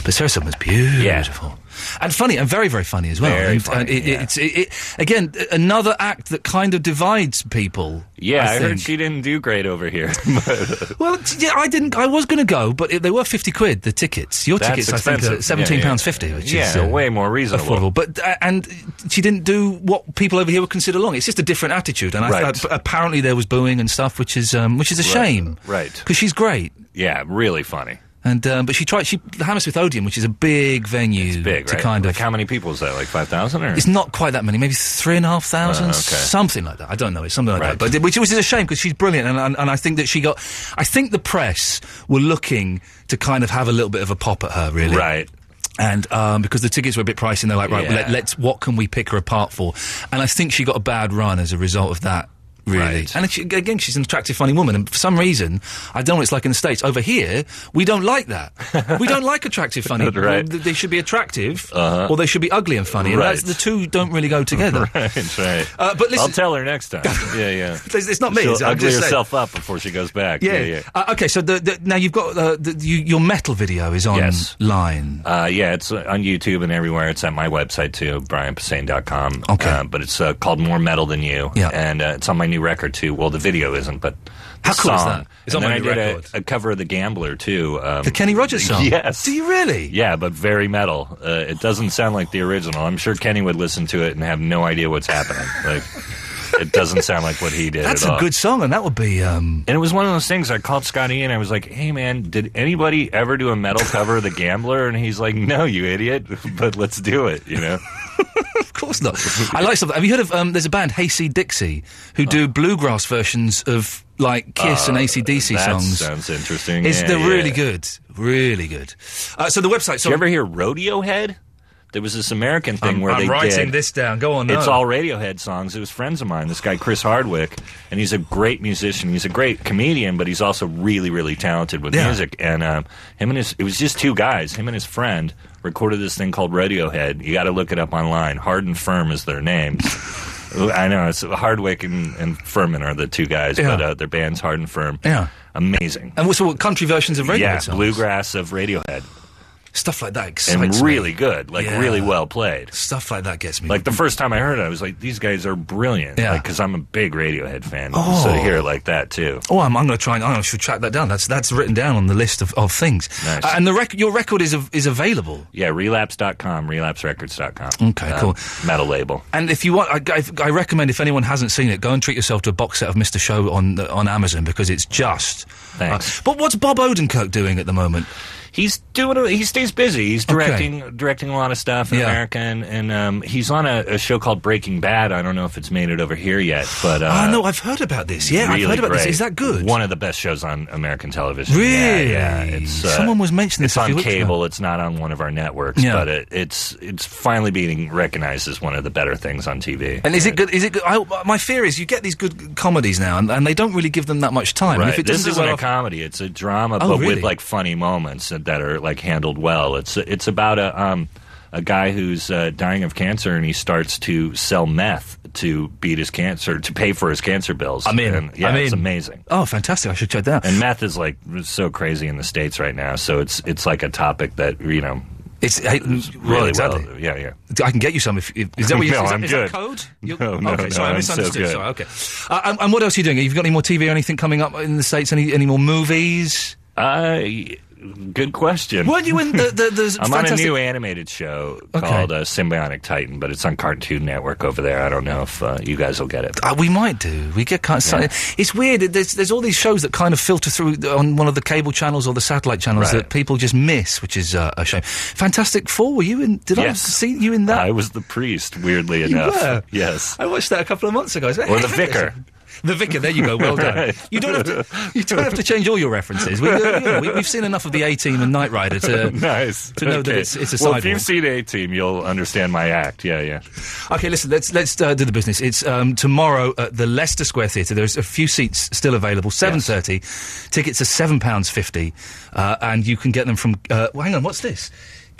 Speaker 4: But Sarah Silverman's beautiful. And funny, and very, very funny as well.
Speaker 7: Very
Speaker 4: and,
Speaker 7: funny,
Speaker 4: and it,
Speaker 7: yeah.
Speaker 4: it's, it, it, again, a- another act that kind of divides people.
Speaker 7: Yeah, I,
Speaker 4: I,
Speaker 7: heard
Speaker 4: think.
Speaker 7: she didn't do great over here.
Speaker 4: Well, t- yeah, I didn't. I was going to go, but it, they were fifty quid. The tickets, your
Speaker 7: That's
Speaker 4: tickets, I think, are
Speaker 7: expensive.
Speaker 4: seventeen
Speaker 7: Yeah, yeah.
Speaker 4: pounds fifty, which
Speaker 7: Yeah,
Speaker 4: is uh,
Speaker 7: way more reasonable.
Speaker 4: affordable. But uh, and she didn't do what people over here would consider long. It's just a different attitude, and I,
Speaker 7: Right.
Speaker 4: th- apparently there was booing and stuff, which is um, which is a shame,
Speaker 7: right.
Speaker 4: Because she's great.
Speaker 7: yeah, really funny.
Speaker 4: And um, but she tried she the Hammersmith Odeon, which is a big venue
Speaker 7: Big,
Speaker 4: to
Speaker 7: right?
Speaker 4: kind
Speaker 7: like
Speaker 4: of
Speaker 7: how many people is that? Like five thousand or
Speaker 4: it's not quite that many, maybe three and a half thousand,
Speaker 7: Uh, okay.
Speaker 4: something like that. I don't know, it's something like
Speaker 7: Right.
Speaker 4: that. But which, which is a shame because she's brilliant, and, and and I think that she got. I think the press were looking to kind of have a little bit of a pop at her, really.
Speaker 7: right?
Speaker 4: And um, because the tickets were a bit pricey, and they're like, right,
Speaker 7: Yeah.
Speaker 4: let, us What can we pick her apart for? And I think she got a bad run as a result of that really. And she, again, she's an attractive, funny woman. And for some reason, I don't know what it's like in the States. Over here, we don't like that. we don't like attractive, funny.
Speaker 7: Right. Uh-huh.
Speaker 4: Th- They should be attractive, or they should be ugly and funny. And
Speaker 7: Right.
Speaker 4: that's, the two don't really go together.
Speaker 7: That's right.
Speaker 4: Uh, but listen-
Speaker 7: I'll tell her next time. yeah, yeah.
Speaker 4: It's it's not me.
Speaker 7: She'll
Speaker 4: it's- I'm
Speaker 7: ugly
Speaker 4: just saying.
Speaker 7: herself up before she goes back.
Speaker 4: Yeah.
Speaker 7: Yeah, yeah.
Speaker 4: Uh, okay, so the, the, now you've got uh, the, you, your metal video is
Speaker 7: Yes.
Speaker 4: online.
Speaker 7: Uh, yeah, it's uh, on YouTube and everywhere. It's at my website too, brianpassane.com.
Speaker 4: Okay.
Speaker 7: Uh, but it's uh, called More Metal Than You.
Speaker 4: Yeah.
Speaker 7: And uh, it's on my new record too. Well, the video isn't, but the
Speaker 4: How cool is
Speaker 7: song.
Speaker 4: that? It's
Speaker 7: And then
Speaker 4: on my
Speaker 7: I did
Speaker 4: new
Speaker 7: a-
Speaker 4: record.
Speaker 7: A, cover of The Gambler too. Um,
Speaker 4: The Kenny Rogers song.
Speaker 7: Yes.
Speaker 4: Do you really?
Speaker 7: yeah, but very metal. Uh, it doesn't sound like the original. I'm sure Kenny would listen to it and have no idea what's happening. like, it doesn't sound like what he did.
Speaker 4: That's
Speaker 7: at
Speaker 4: a
Speaker 7: all.
Speaker 4: good song, and that would be. Um,
Speaker 7: And it was one of those things. I called Scotty and I was like, "Hey, man, did anybody ever do a metal cover of The Gambler?" And he's like, "No, you idiot, but let's do it." You know,
Speaker 4: of course not. I like something. Have you heard of? Um, there's a band, Hasty Dixie, who
Speaker 7: Uh-huh.
Speaker 4: do bluegrass versions of like Kiss and ACDC
Speaker 7: Uh, that
Speaker 4: songs.
Speaker 7: sounds interesting.
Speaker 4: It's
Speaker 7: Yeah,
Speaker 4: they're
Speaker 7: yeah.
Speaker 4: really good, really good. Uh, so the website.
Speaker 7: Did
Speaker 4: So
Speaker 7: you ever hear Rodeohead? There was this American thing
Speaker 4: I'm,
Speaker 7: where
Speaker 4: I'm
Speaker 7: they
Speaker 4: writing
Speaker 7: did.
Speaker 4: this down. Go on.
Speaker 7: It's
Speaker 4: Oh, no.
Speaker 7: all Radiohead songs. It was friends of mine. This guy Chris Hardwick, and he's a great musician. He's a great comedian, but he's also really, really talented with
Speaker 4: Yeah.
Speaker 7: music. And um, him and his it was just two guys. Him and his friend recorded this thing called Radiohead. You got to look it up online. Hard and Firm is their names. I know it's Hardwick and, and Furman are the two guys,
Speaker 4: Yeah.
Speaker 7: but uh, their band's Hard and Firm.
Speaker 4: Yeah.
Speaker 7: amazing.
Speaker 4: And also what, country versions of Radiohead
Speaker 7: yeah,
Speaker 4: songs.
Speaker 7: bluegrass of Radiohead,
Speaker 4: stuff like that excites
Speaker 7: and
Speaker 4: me.
Speaker 7: really good, like
Speaker 4: Yeah.
Speaker 7: really well played.
Speaker 4: stuff like that gets me.
Speaker 7: Like the first time I heard it, I was like, "These guys are brilliant!"
Speaker 4: Yeah.
Speaker 7: because I'm a big Radiohead fan,
Speaker 4: Oh.
Speaker 7: so to hear it like that too.
Speaker 4: Oh, I'm, I'm going to try and I should track that down. That's that's written down on the list of, of things.
Speaker 7: Nice.
Speaker 4: Uh, and the rec- your record is av- is available.
Speaker 7: Yeah, relapse.com, relapserecords.com.
Speaker 4: Okay, cool.
Speaker 7: Uh, Metal label.
Speaker 4: And if you want, I, I, I recommend if anyone hasn't seen it, go and treat yourself to a box set of Mr. Show on the, on Amazon because it's just. uh,
Speaker 7: Thanks.
Speaker 4: but what's Bob Odenkirk doing at the moment?
Speaker 7: He's doing. A, he stays busy. He's
Speaker 4: Okay.
Speaker 7: directing directing a lot of stuff in
Speaker 4: Yeah.
Speaker 7: America, and, and um, he's on a, a show called Breaking Bad. I don't know if it's made it over here yet, but uh,
Speaker 4: Ah, no, I've heard about this. Yeah,
Speaker 7: really
Speaker 4: I've heard about
Speaker 7: great.
Speaker 4: this. Is that good?
Speaker 7: One of the best shows on American television.
Speaker 4: Really?
Speaker 7: Yeah, yeah. It's, uh,
Speaker 4: Someone was mentioning
Speaker 7: it's
Speaker 4: this a few
Speaker 7: on
Speaker 4: weeks ago.
Speaker 7: cable. It's not on one of our networks,
Speaker 4: Yeah.
Speaker 7: but it, it's it's finally being recognized as one of the better things on TV.
Speaker 4: And is it good? Is it good? I, my fear is you get these good comedies now, and, and they don't really give them that much time.
Speaker 7: Right.
Speaker 4: If it
Speaker 7: this
Speaker 4: doesn't do
Speaker 7: isn't
Speaker 4: well
Speaker 7: a
Speaker 4: off-
Speaker 7: comedy; it's a drama,
Speaker 4: Oh,
Speaker 7: but
Speaker 4: really?
Speaker 7: with like funny moments that that are like handled well. It's it's about a um, a guy who's uh, dying of cancer, and he starts to sell meth to beat his cancer to pay for his cancer bills.
Speaker 4: I'm in.
Speaker 7: And, yeah,
Speaker 4: I'm
Speaker 7: it's
Speaker 4: in.
Speaker 7: amazing.
Speaker 4: oh, fantastic! I should check that. out.
Speaker 7: And meth is like so crazy in the states right now, so it's it's like a topic that you know
Speaker 4: it's hey,
Speaker 7: really
Speaker 4: well, exactly.
Speaker 7: well. Yeah, yeah.
Speaker 4: I can get you some. If, if, is that what you
Speaker 7: No,
Speaker 4: is that-
Speaker 7: I'm
Speaker 4: is
Speaker 7: good.
Speaker 4: that code? You-
Speaker 7: No, no,
Speaker 4: okay,
Speaker 7: no,
Speaker 4: sorry, I
Speaker 7: I'm so
Speaker 4: misunderstood.
Speaker 7: good.
Speaker 4: sorry, okay. Uh, and, and what else are you doing? Have you got any more TV or anything coming up in the states? Any any more movies?
Speaker 7: Uh, y- good question.
Speaker 4: Weren't you in the the, the
Speaker 7: I'm on a
Speaker 4: fantastic?
Speaker 7: new animated show
Speaker 4: Okay.
Speaker 7: called uh, Symbionic Titan, but it's on Cartoon Network over there. I don't know if uh, you guys will get it.
Speaker 4: Uh, we might do. We get kind of.
Speaker 7: Yeah.
Speaker 4: It's weird. that There's there's all these shows that kind of filter through the- on one of the cable channels or the satellite channels
Speaker 7: Right.
Speaker 4: that people just miss, which is uh, a shame. Fantastic Four. Were you in? Did I
Speaker 7: Yes.
Speaker 4: see you in that?
Speaker 7: I was the priest, weirdly
Speaker 4: You
Speaker 7: enough.
Speaker 4: were.
Speaker 7: Yes.
Speaker 4: I watched that a couple of months ago. I said,
Speaker 7: Or the
Speaker 4: "Hey, hey,
Speaker 7: vicar.
Speaker 4: The vicar. There you go. Well done.
Speaker 7: Right.
Speaker 4: You don't have to. You don't have to change all your references. We, you know, we, have seen enough of the A Team and Knight Rider to
Speaker 7: Nice.
Speaker 4: to know that
Speaker 7: Okay.
Speaker 4: it's it's a
Speaker 7: well, if
Speaker 4: sidewalk.
Speaker 7: you've seen A Team, you'll understand my act. Yeah, yeah.
Speaker 4: Okay, listen. Let's let's uh, do the business. It's um, tomorrow at the Leicester Square Theatre. There's a few seats still available. Seven thirty. Tickets are seven pounds fifty, uh, and you can get them from. Uh, well, hang on. What's this?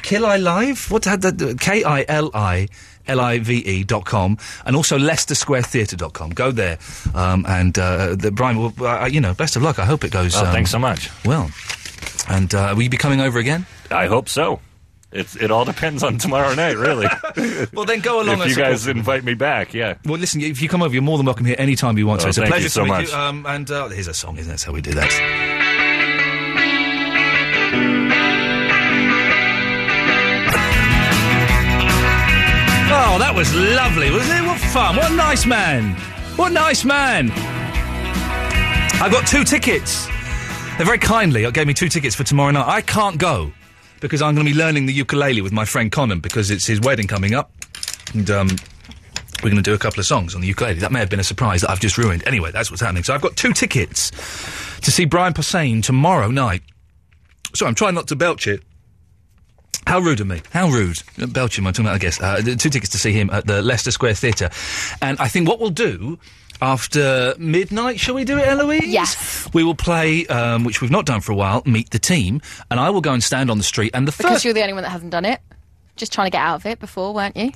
Speaker 4: Kill I Live. What had that? K i l i l i v e dot com, and also Leicester Square Theatre dot com. Go there, um, and uh, the, Brian. Well, uh, you know, best of luck. I hope it goes.
Speaker 7: Well,
Speaker 4: um,
Speaker 7: thanks so much.
Speaker 4: Well, and uh, will you be coming over again?
Speaker 7: I hope so. It's, it all depends on tomorrow night, really.
Speaker 4: Well, then go
Speaker 7: if
Speaker 4: along. and
Speaker 7: you
Speaker 4: support-
Speaker 7: guys invite me back, yeah.
Speaker 4: Well, listen, if you come over, you're more than welcome here anytime you want to.
Speaker 7: Oh,
Speaker 4: it's a
Speaker 7: thank you
Speaker 4: pleasure
Speaker 7: so
Speaker 4: to meet
Speaker 7: much.
Speaker 4: you. Um, and uh, here's a song, isn't it? That's how we do that. Oh, that was lovely, wasn't it? What fun. What a nice man. What a nice man. I've got two tickets. They very kindly gave me two tickets for tomorrow night. I can't go because I'm going to be learning the ukulele with my friend Conan because it's his wedding coming up. And um, we're going to do a couple of songs on the ukulele. That may have been a surprise that I've just ruined. Anyway, that's what's happening. So I've got two tickets to see Brian Posehn tomorrow night. So I'm trying not to belch it. How rude of me. How rude. Uh, Belching, I'm talking about, I guess. Uh, th- two tickets to see him at the Leicester Square Theatre. And I think what we'll do, after midnight. Shall we do it, Eloise?
Speaker 8: Yes.
Speaker 4: We will play, um, which we've not done for a while, Meet the Team, and I will go and stand on the street. And the
Speaker 8: Because
Speaker 4: first,
Speaker 8: you're the only one that hasn't done it. Just trying to get out of it before, weren't you?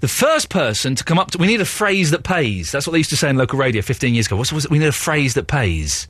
Speaker 4: the first person to come up to, we need a phrase that pays. That's what they used to say in local radio 15 years ago. What was it? We need a phrase that pays.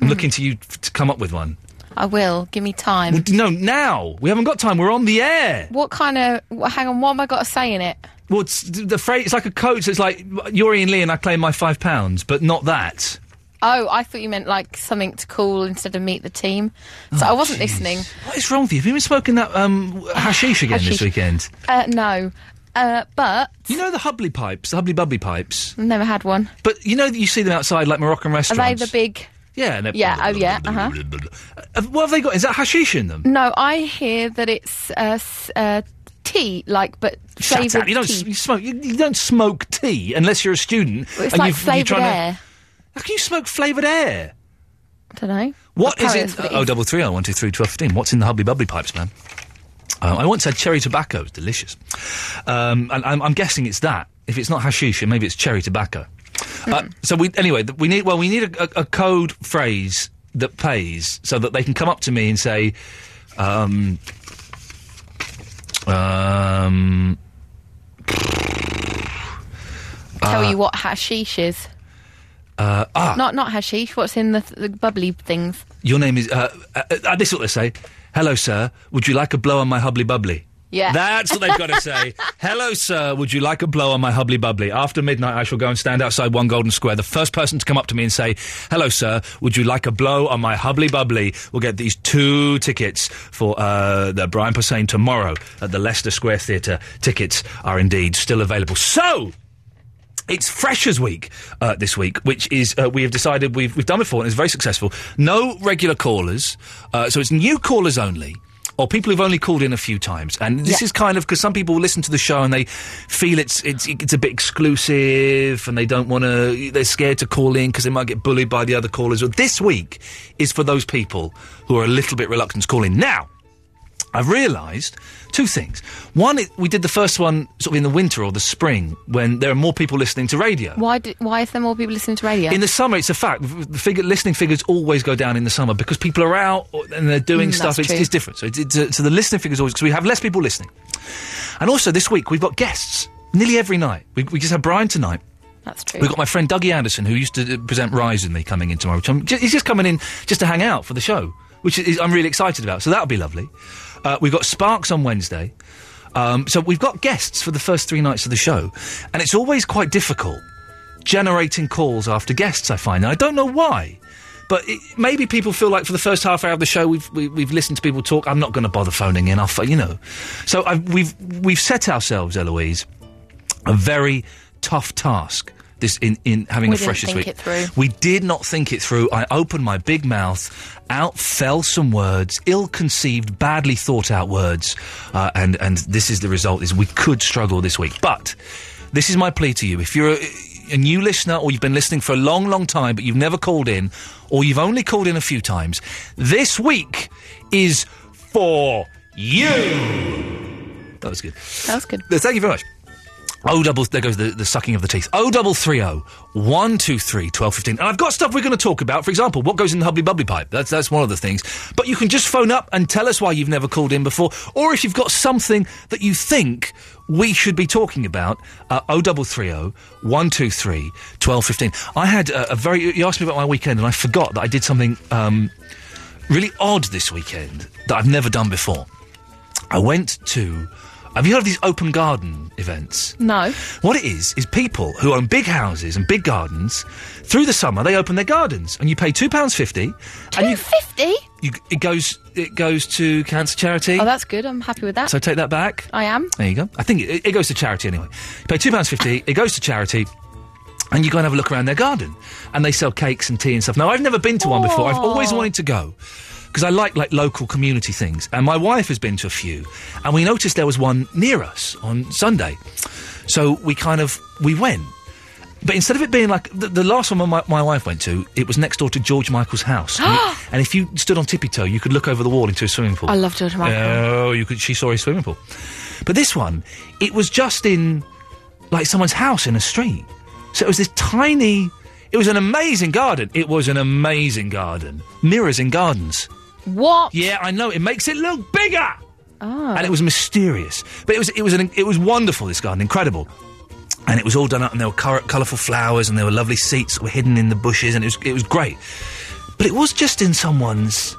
Speaker 4: I'm
Speaker 8: Hmm.
Speaker 4: looking to you f- to come up with one.
Speaker 8: I will. Give me time.
Speaker 4: No, now we haven't got time. We're on the air.
Speaker 8: What kind of. wha- Hang on, what have I got to say in it?
Speaker 4: Well, it's the phrase. It's like a coach. It's like you're Ian Lee, and I claim my five pounds, but not that.
Speaker 8: Oh, I thought you meant like something to call instead of meet the team. So I wasn't listening.
Speaker 4: What is wrong with you? Have you been smoking that um, hashish again this
Speaker 8: Hashish.
Speaker 4: weekend?
Speaker 8: Uh, no. Uh, but
Speaker 4: You know the hubbly pipes, the hubbly bubbly pipes.
Speaker 8: I've never had one.
Speaker 4: But you know that you see them outside like Moroccan
Speaker 8: Are
Speaker 4: restaurants.
Speaker 8: they the big.
Speaker 4: Yeah. and they're-
Speaker 8: Yeah, oh, yeah, uh-huh.
Speaker 4: Uh, What have they got? Is that hashish in them?
Speaker 8: No, I hear that it's uh, s- uh, tea, like, but
Speaker 4: Shut
Speaker 8: flavoured
Speaker 4: up!
Speaker 8: tea.
Speaker 4: You don't s- you smoke. You, you don't smoke tea unless you're a student.
Speaker 8: It's
Speaker 4: and
Speaker 8: like
Speaker 4: you've- you're
Speaker 8: flavoured
Speaker 4: trying to-
Speaker 8: air.
Speaker 4: How can you smoke flavored air?
Speaker 8: I don't know.
Speaker 4: What is
Speaker 8: Apparently
Speaker 4: it?
Speaker 8: that's what it
Speaker 4: Oh,
Speaker 8: is.
Speaker 4: double three, oh, one, two, three, twelve, fifteen. What's in the hubbly bubbly pipes, man? Um, I once had cherry tobacco. It's delicious. Um, and I'm, I'm guessing it's that. If it's not hashish, maybe it's cherry tobacco.
Speaker 8: Hmm.
Speaker 4: Uh, so we anyway, th- we need well, we need a, a, a code phrase that pays, so that they can come up to me and say, um, um,
Speaker 8: Tell you what hashish is.
Speaker 4: uh, ah,
Speaker 8: Not not hashish. What's in the, th- the bubbly things?
Speaker 4: your name is. Uh, uh, uh, this is what they say. Hello, sir. Would you like a blow on my hubbly bubbly?
Speaker 8: Yeah.
Speaker 4: That's what they've got to say. Hello, sir. Would you like a blow on my hubbly bubbly? After midnight, I shall go and stand outside One Golden Square. The first person to come up to me and say, Hello, sir. Would you like a blow on my hubbly bubbly? We'll get these two tickets for uh, the Brian Posehn tomorrow at the Leicester Square Theatre. Tickets are indeed still available. So. It's Freshers Week uh, this week, which is uh, we have decided we've we've done before and it's very successful. No regular callers, uh, so it's new callers only, or people who've only called in a few times. And this
Speaker 8: Yeah.
Speaker 4: is kind of because some people listen to the show and they feel it's it's it's a bit exclusive, and they don't want to. They're scared to call in because they might get bullied by the other callers. Well, this week is for those people who are a little bit reluctant to call in now. I've realised two things. One, it, we did the first one sort of in the winter or the spring when there are more people listening to radio.
Speaker 8: Why do, why is there more people listening to radio?
Speaker 4: In the summer, it's a fact. The figure, listening figures always go down in the summer because people are out or- and they're doing
Speaker 8: Mm,
Speaker 4: stuff.
Speaker 8: that's
Speaker 4: It's,
Speaker 8: true.
Speaker 4: it's different. So, it's, it's, uh, so the listening figures always because we have less people listening. And also this week we've got guests nearly every night. We, we just had Brian tonight.
Speaker 8: That's true.
Speaker 4: We've got my friend Dougie Anderson, who used to uh, present Rise with me, coming in tomorrow. Which I'm, ju- he's just coming in just to hang out for the show, which is, I'm really excited about. So that'll be lovely. Uh, we've got Sparks on Wednesday. Um, so we've got guests for the first three nights of the show, and it's always quite difficult generating calls after guests. I find, and I don't know why. But it, maybe people feel like for the first half hour of the show, we've we, we've listened to people talk. I'm not going to bother phoning in. I'll, pho- you know, so I, we've we've set ourselves, Eloise, a very tough task. This in, in having
Speaker 8: We
Speaker 4: a
Speaker 8: didn't
Speaker 4: freshest
Speaker 8: think
Speaker 4: week.
Speaker 8: it through.
Speaker 4: We did not think it through. I opened my big mouth, out fell some words, ill-conceived, badly thought-out words, uh, and and this is the result. Is we could struggle this week, but this is my plea to you. If you're a, a new listener or you've been listening for a long, long time, but you've never called in, or you've only called in a few times, this week is for you. That was good.
Speaker 8: that was good.
Speaker 4: Thank you very much. O Oh, double there goes the, the sucking of the teeth. O double three O one two three twelve fifteen. And I've got stuff we're going to talk about. For example, what goes in the hubbly bubbly pipe. That's that's one of the things. But you can just phone up and tell us why you've never called in before, or if you've got something that you think we should be talking about. O double three O one two three twelve fifteen. I had a, a very. You asked me about my weekend, and I forgot that I did something um, really odd this weekend that I've never done before. I went to. Have you heard of these open garden events?
Speaker 8: No. Oh,
Speaker 4: What it is is people who own big houses and big gardens. Through the summer, they open their gardens, and you pay two pounds fifty, and you,
Speaker 8: 250?
Speaker 4: you it goes it goes to cancer charity.
Speaker 8: Oh, that's good. I'm happy with that.
Speaker 4: so take that back.
Speaker 8: I am.
Speaker 4: There you go. I think it, it goes to charity anyway. You pay two pounds fifty. it goes to charity. And you go and have a look around their garden, and they sell cakes and tea and stuff. Now I've never been to one before. I've always
Speaker 8: Aw.
Speaker 4: wanted to go because I like like local community things. And my wife has been to a few, and we noticed there was one near us on Sunday, so we kind of we went. But instead of it being like the, the last one my, my wife went to, it was next door to George Michael's house. and, you- and if you stood on tippy toe, you could look over the wall into a swimming pool.
Speaker 8: I love George Michael.
Speaker 4: Oh, you could. She saw his swimming pool. But this one, it was just in like someone's house in a street. So it was this tiny. It was an amazing garden. It was an amazing garden. Mirrors in gardens.
Speaker 8: What?
Speaker 4: Yeah, I know. It makes it look bigger.
Speaker 8: Oh.
Speaker 4: And it was mysterious, but it was it was an, it was wonderful. This garden, incredible, and it was all done up, and there were cor- colourful flowers, and there were lovely seats that were hidden in the bushes, and it was it was great. But it was just in someone's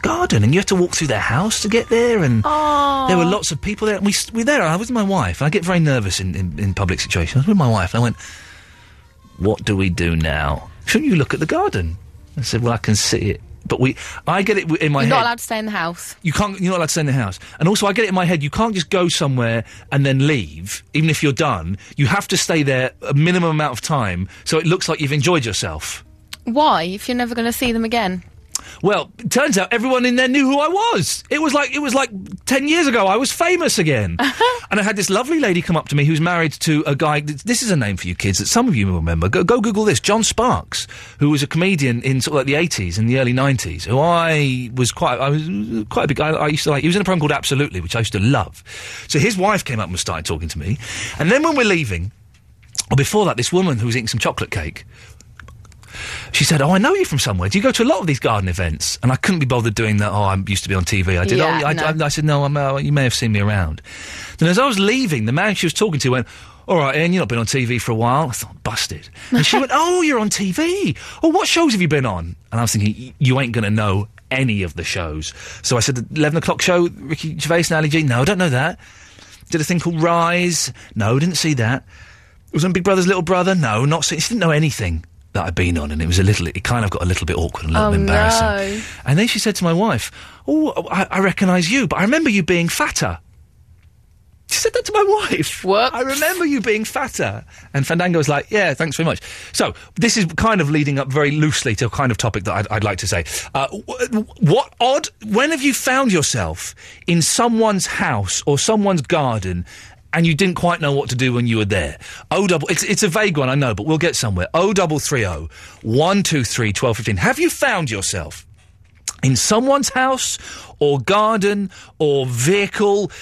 Speaker 4: garden, and you had to walk through their house to get there, and there were lots of people there. We s- we were there. I was with my wife. and I get very nervous in, in, in public situations. I was with my wife, and I went, "What do we do now? Shouldn't you look at the garden?" I said, "Well, I can see it." But we, I get it w- in my
Speaker 8: You're
Speaker 4: head.
Speaker 8: not allowed to stay in the house.
Speaker 4: You can't. You're not allowed to stay in the house. And also, I get it in my head. You can't just go somewhere and then leave, even if you're done. You have to stay there a minimum amount of time, so it looks like you've enjoyed yourself.
Speaker 8: Why? If you're never going to see them again.
Speaker 4: Well, it turns out everyone in there knew who I was. It was like it was like ten years ago. I was famous again, and I had this lovely lady come up to me who's married to a guy. This is a name for you kids that some of you will remember. Go, go Google this. John Sparks, who was a comedian in sort of like the eighties and the early nineties, who I was quite I was quite a big. I, I used to like. He was in a program called Absolutely, which I used to love. So his wife came up and started talking to me, and then when we're leaving, or before that, this woman who was eating some chocolate cake she said, "Oh, I know you from somewhere. Do you go to a lot of these garden events?" And I couldn't be bothered doing that. Oh, I used to be on TV. I did.
Speaker 9: Yeah,
Speaker 4: oh, I,
Speaker 9: no.
Speaker 4: I, I said, "No, I'm, uh, you may have seen me around." Then, as I was leaving, the man she was talking to went, "All right, Ian, you've not been on TV for a while." I thought, "Busted." And she went, "Oh, you're on TV. Oh, what shows have you been on?" And I was thinking, "Y- "You ain't going to know any of the shows." So I said, "The eleven o'clock show, Ricky Gervais and Ali G." No, I don't know that. Did a thing called Rise. No, didn't see that. It was on Big Brother's Little Brother. No, not seen. She didn't know anything that I'd been on, and it was a little. It kind of got a little bit awkward, and a little
Speaker 10: Oh,
Speaker 4: bit embarrassing.
Speaker 10: no.
Speaker 4: And then she said to my wife, "Oh, I, I recognise you, but I remember you being fatter." She said that to my wife. What? I remember you being fatter. And Fandango was like, yeah, thanks very much. So, this is kind of leading up very loosely to a kind of topic that I'd, I'd like to say. Uh, wh- what odd, when have you found yourself in someone's house or someone's garden and you didn't quite know what to do when you were there? O double, it's, it's a vague one, I know, but we'll get somewhere. O double three O, one two three twelve fifteen. Have you found yourself in someone's house or garden or vehicle.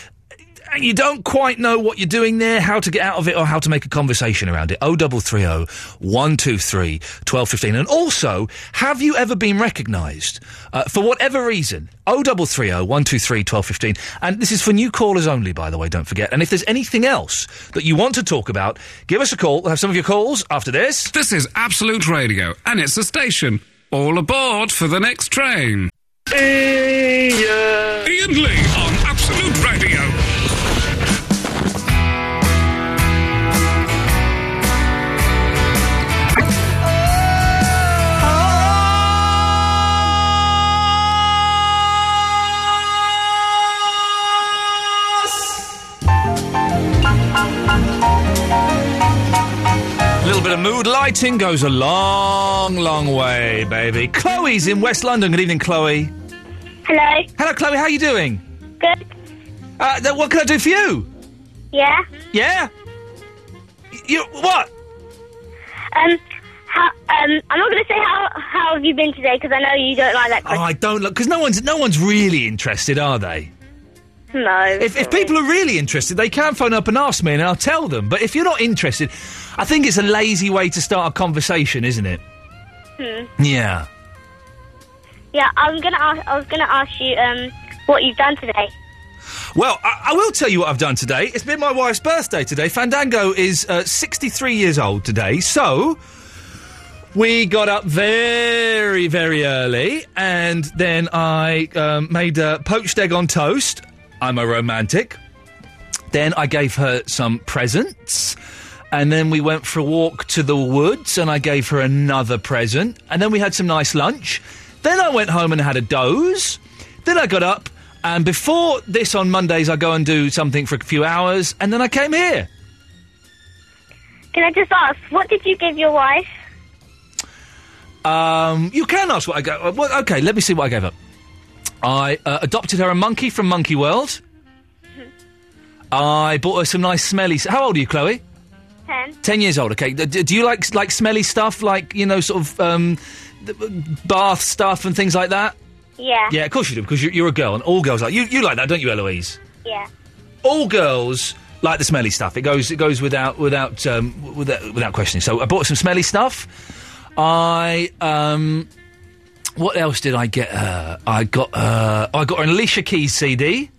Speaker 4: And you don't quite know what you're doing there, how to get out of it, or how to make a conversation around it. 0330 123 1215. And also, have you ever been recognised? Uh, for whatever reason, 0330 123 1215. And this is for new callers only, by the way, don't forget. And if there's anything else that you want to talk about, give us a call. We'll have some of your calls after this.
Speaker 2: This is Absolute Radio, and it's a station. All aboard for the next train. Ian, Lee on Absolute Radio.
Speaker 4: A little bit of mood lighting goes a long, long way, baby. Chloe's in West London. Good evening, Chloe.
Speaker 11: Hello.
Speaker 4: Hello, Chloe. How are you doing?
Speaker 11: Good.
Speaker 4: Uh, th- what can I do for you?
Speaker 11: Yeah.
Speaker 4: Yeah. Y- You what?
Speaker 11: Um. How, um. I'm not going to say how. How have you been today? Because I know you don't like that
Speaker 4: Oh, I don't look because no one's no one's really interested, are they?
Speaker 11: question. No.
Speaker 4: If, if people are really interested, they can phone up and ask me, and I'll tell them. But if you're not interested, I think it's a lazy way to start a conversation, isn't it?
Speaker 11: Hmm.
Speaker 4: Yeah.
Speaker 11: Yeah. I'm gonna ask. I was gonna ask you. Um. What you've done today.
Speaker 4: Well, I, I will tell you what I've done today. It's been my wife's birthday today. Fandango is uh, 63 years old today, so we got up very, very early, and then I um, made a poached egg on toast. I'm a romantic. Then I gave her some presents. And then we went for a walk to the woods and I gave her another present. And then we had some nice lunch. Then I went home and had a doze. Then I got up. And before this on Mondays, I go and do something for a few hours. And then I came here.
Speaker 11: Can I just ask? What did you give your wife?
Speaker 4: Um, you can ask what I go. Well, okay, let me see what I gave her. I uh, adopted her a monkey from Monkey World. I bought her some nice smelly. s- How old are you, Chloe?
Speaker 11: Ten.
Speaker 4: Ten years old. Okay. D- d- do you like like smelly stuff, like you know, sort of um, th- bath stuff and things like that?
Speaker 11: Yeah.
Speaker 4: Yeah, of course you do, because you're, you're a girl, and all girls like you. You like that, don't you, Eloise?
Speaker 11: Yeah.
Speaker 4: All girls Like the smelly stuff. It goes it goes without without um, w- without, without questioning. So I bought some smelly stuff. I um, what else did I get her? I got her. I got her an Alicia Keys CD.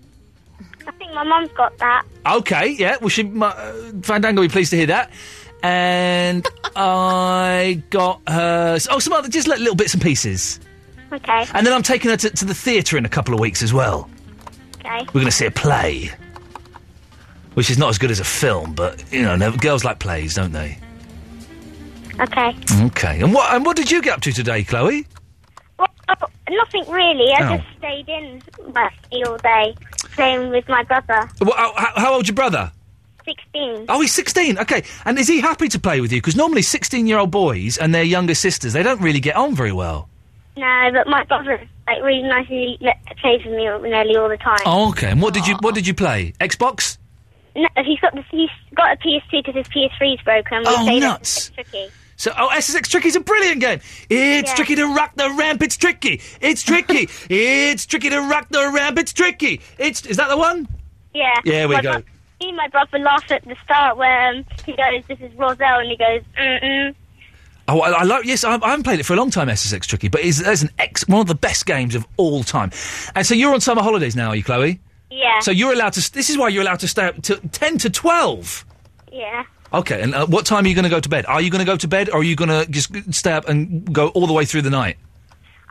Speaker 11: I think my mum's got that.
Speaker 4: Okay, yeah. Well, she mu- uh, Fandango will be pleased to hear that. And I got her. Oh, some other just li- little bits and pieces.
Speaker 11: Okay.
Speaker 4: And then I'm taking her to, to the theatre in a couple of weeks as well.
Speaker 11: Okay.
Speaker 4: We're going to see a play, which is not as good as a film, but you know, no, girls like plays, don't they?
Speaker 11: Okay.
Speaker 4: Okay. And what and what did you get up to today, Chloe?
Speaker 11: Well, oh, nothing really. I
Speaker 4: Oh.
Speaker 11: just stayed in mostly all day, playing with my brother,
Speaker 4: Wha how, how- how old's your brother?
Speaker 11: 16.
Speaker 4: Oh, he's 16. Okay. And is he happy to play with you? Because normally 16 year old boys and their younger sisters, they don't really get on very well.
Speaker 11: No, but my brother like really nicely le- plays with me all- nearly all the time.
Speaker 4: Oh, okay. And what did you what did you play? Xbox?
Speaker 11: No, he's got this, he's got a PS2 because his PS3's broken. and we
Speaker 4: Oh,
Speaker 11: played it.
Speaker 4: nuts.
Speaker 11: It's tricky.
Speaker 4: So, oh, SSX Tricky's a brilliant game. It's
Speaker 11: Yeah.
Speaker 4: tricky to rock the ramp. It's tricky. It's tricky. it's tricky to rock the ramp. It's tricky. It's is that the one?
Speaker 11: Yeah.
Speaker 4: Yeah, we
Speaker 11: my
Speaker 4: go.
Speaker 11: bro- me and my brother laugh at the start where um, he goes, "This is Roselle," and he goes, "Mm
Speaker 4: Oh, I, I like. Yes, I, I haven't played it for a long time. SSX Tricky, but it's, that's an ex, one of the best games of all time. And so you're on summer holidays now, are you, Chloe?
Speaker 11: Yeah.
Speaker 4: So you're allowed to. s- This is why you're allowed to stay up till ten to twelve.
Speaker 11: yeah."
Speaker 4: Okay. And uh, what time are you going to go to bed? Are you going to go to bed, or are you going to just stay up and go all the way through the night?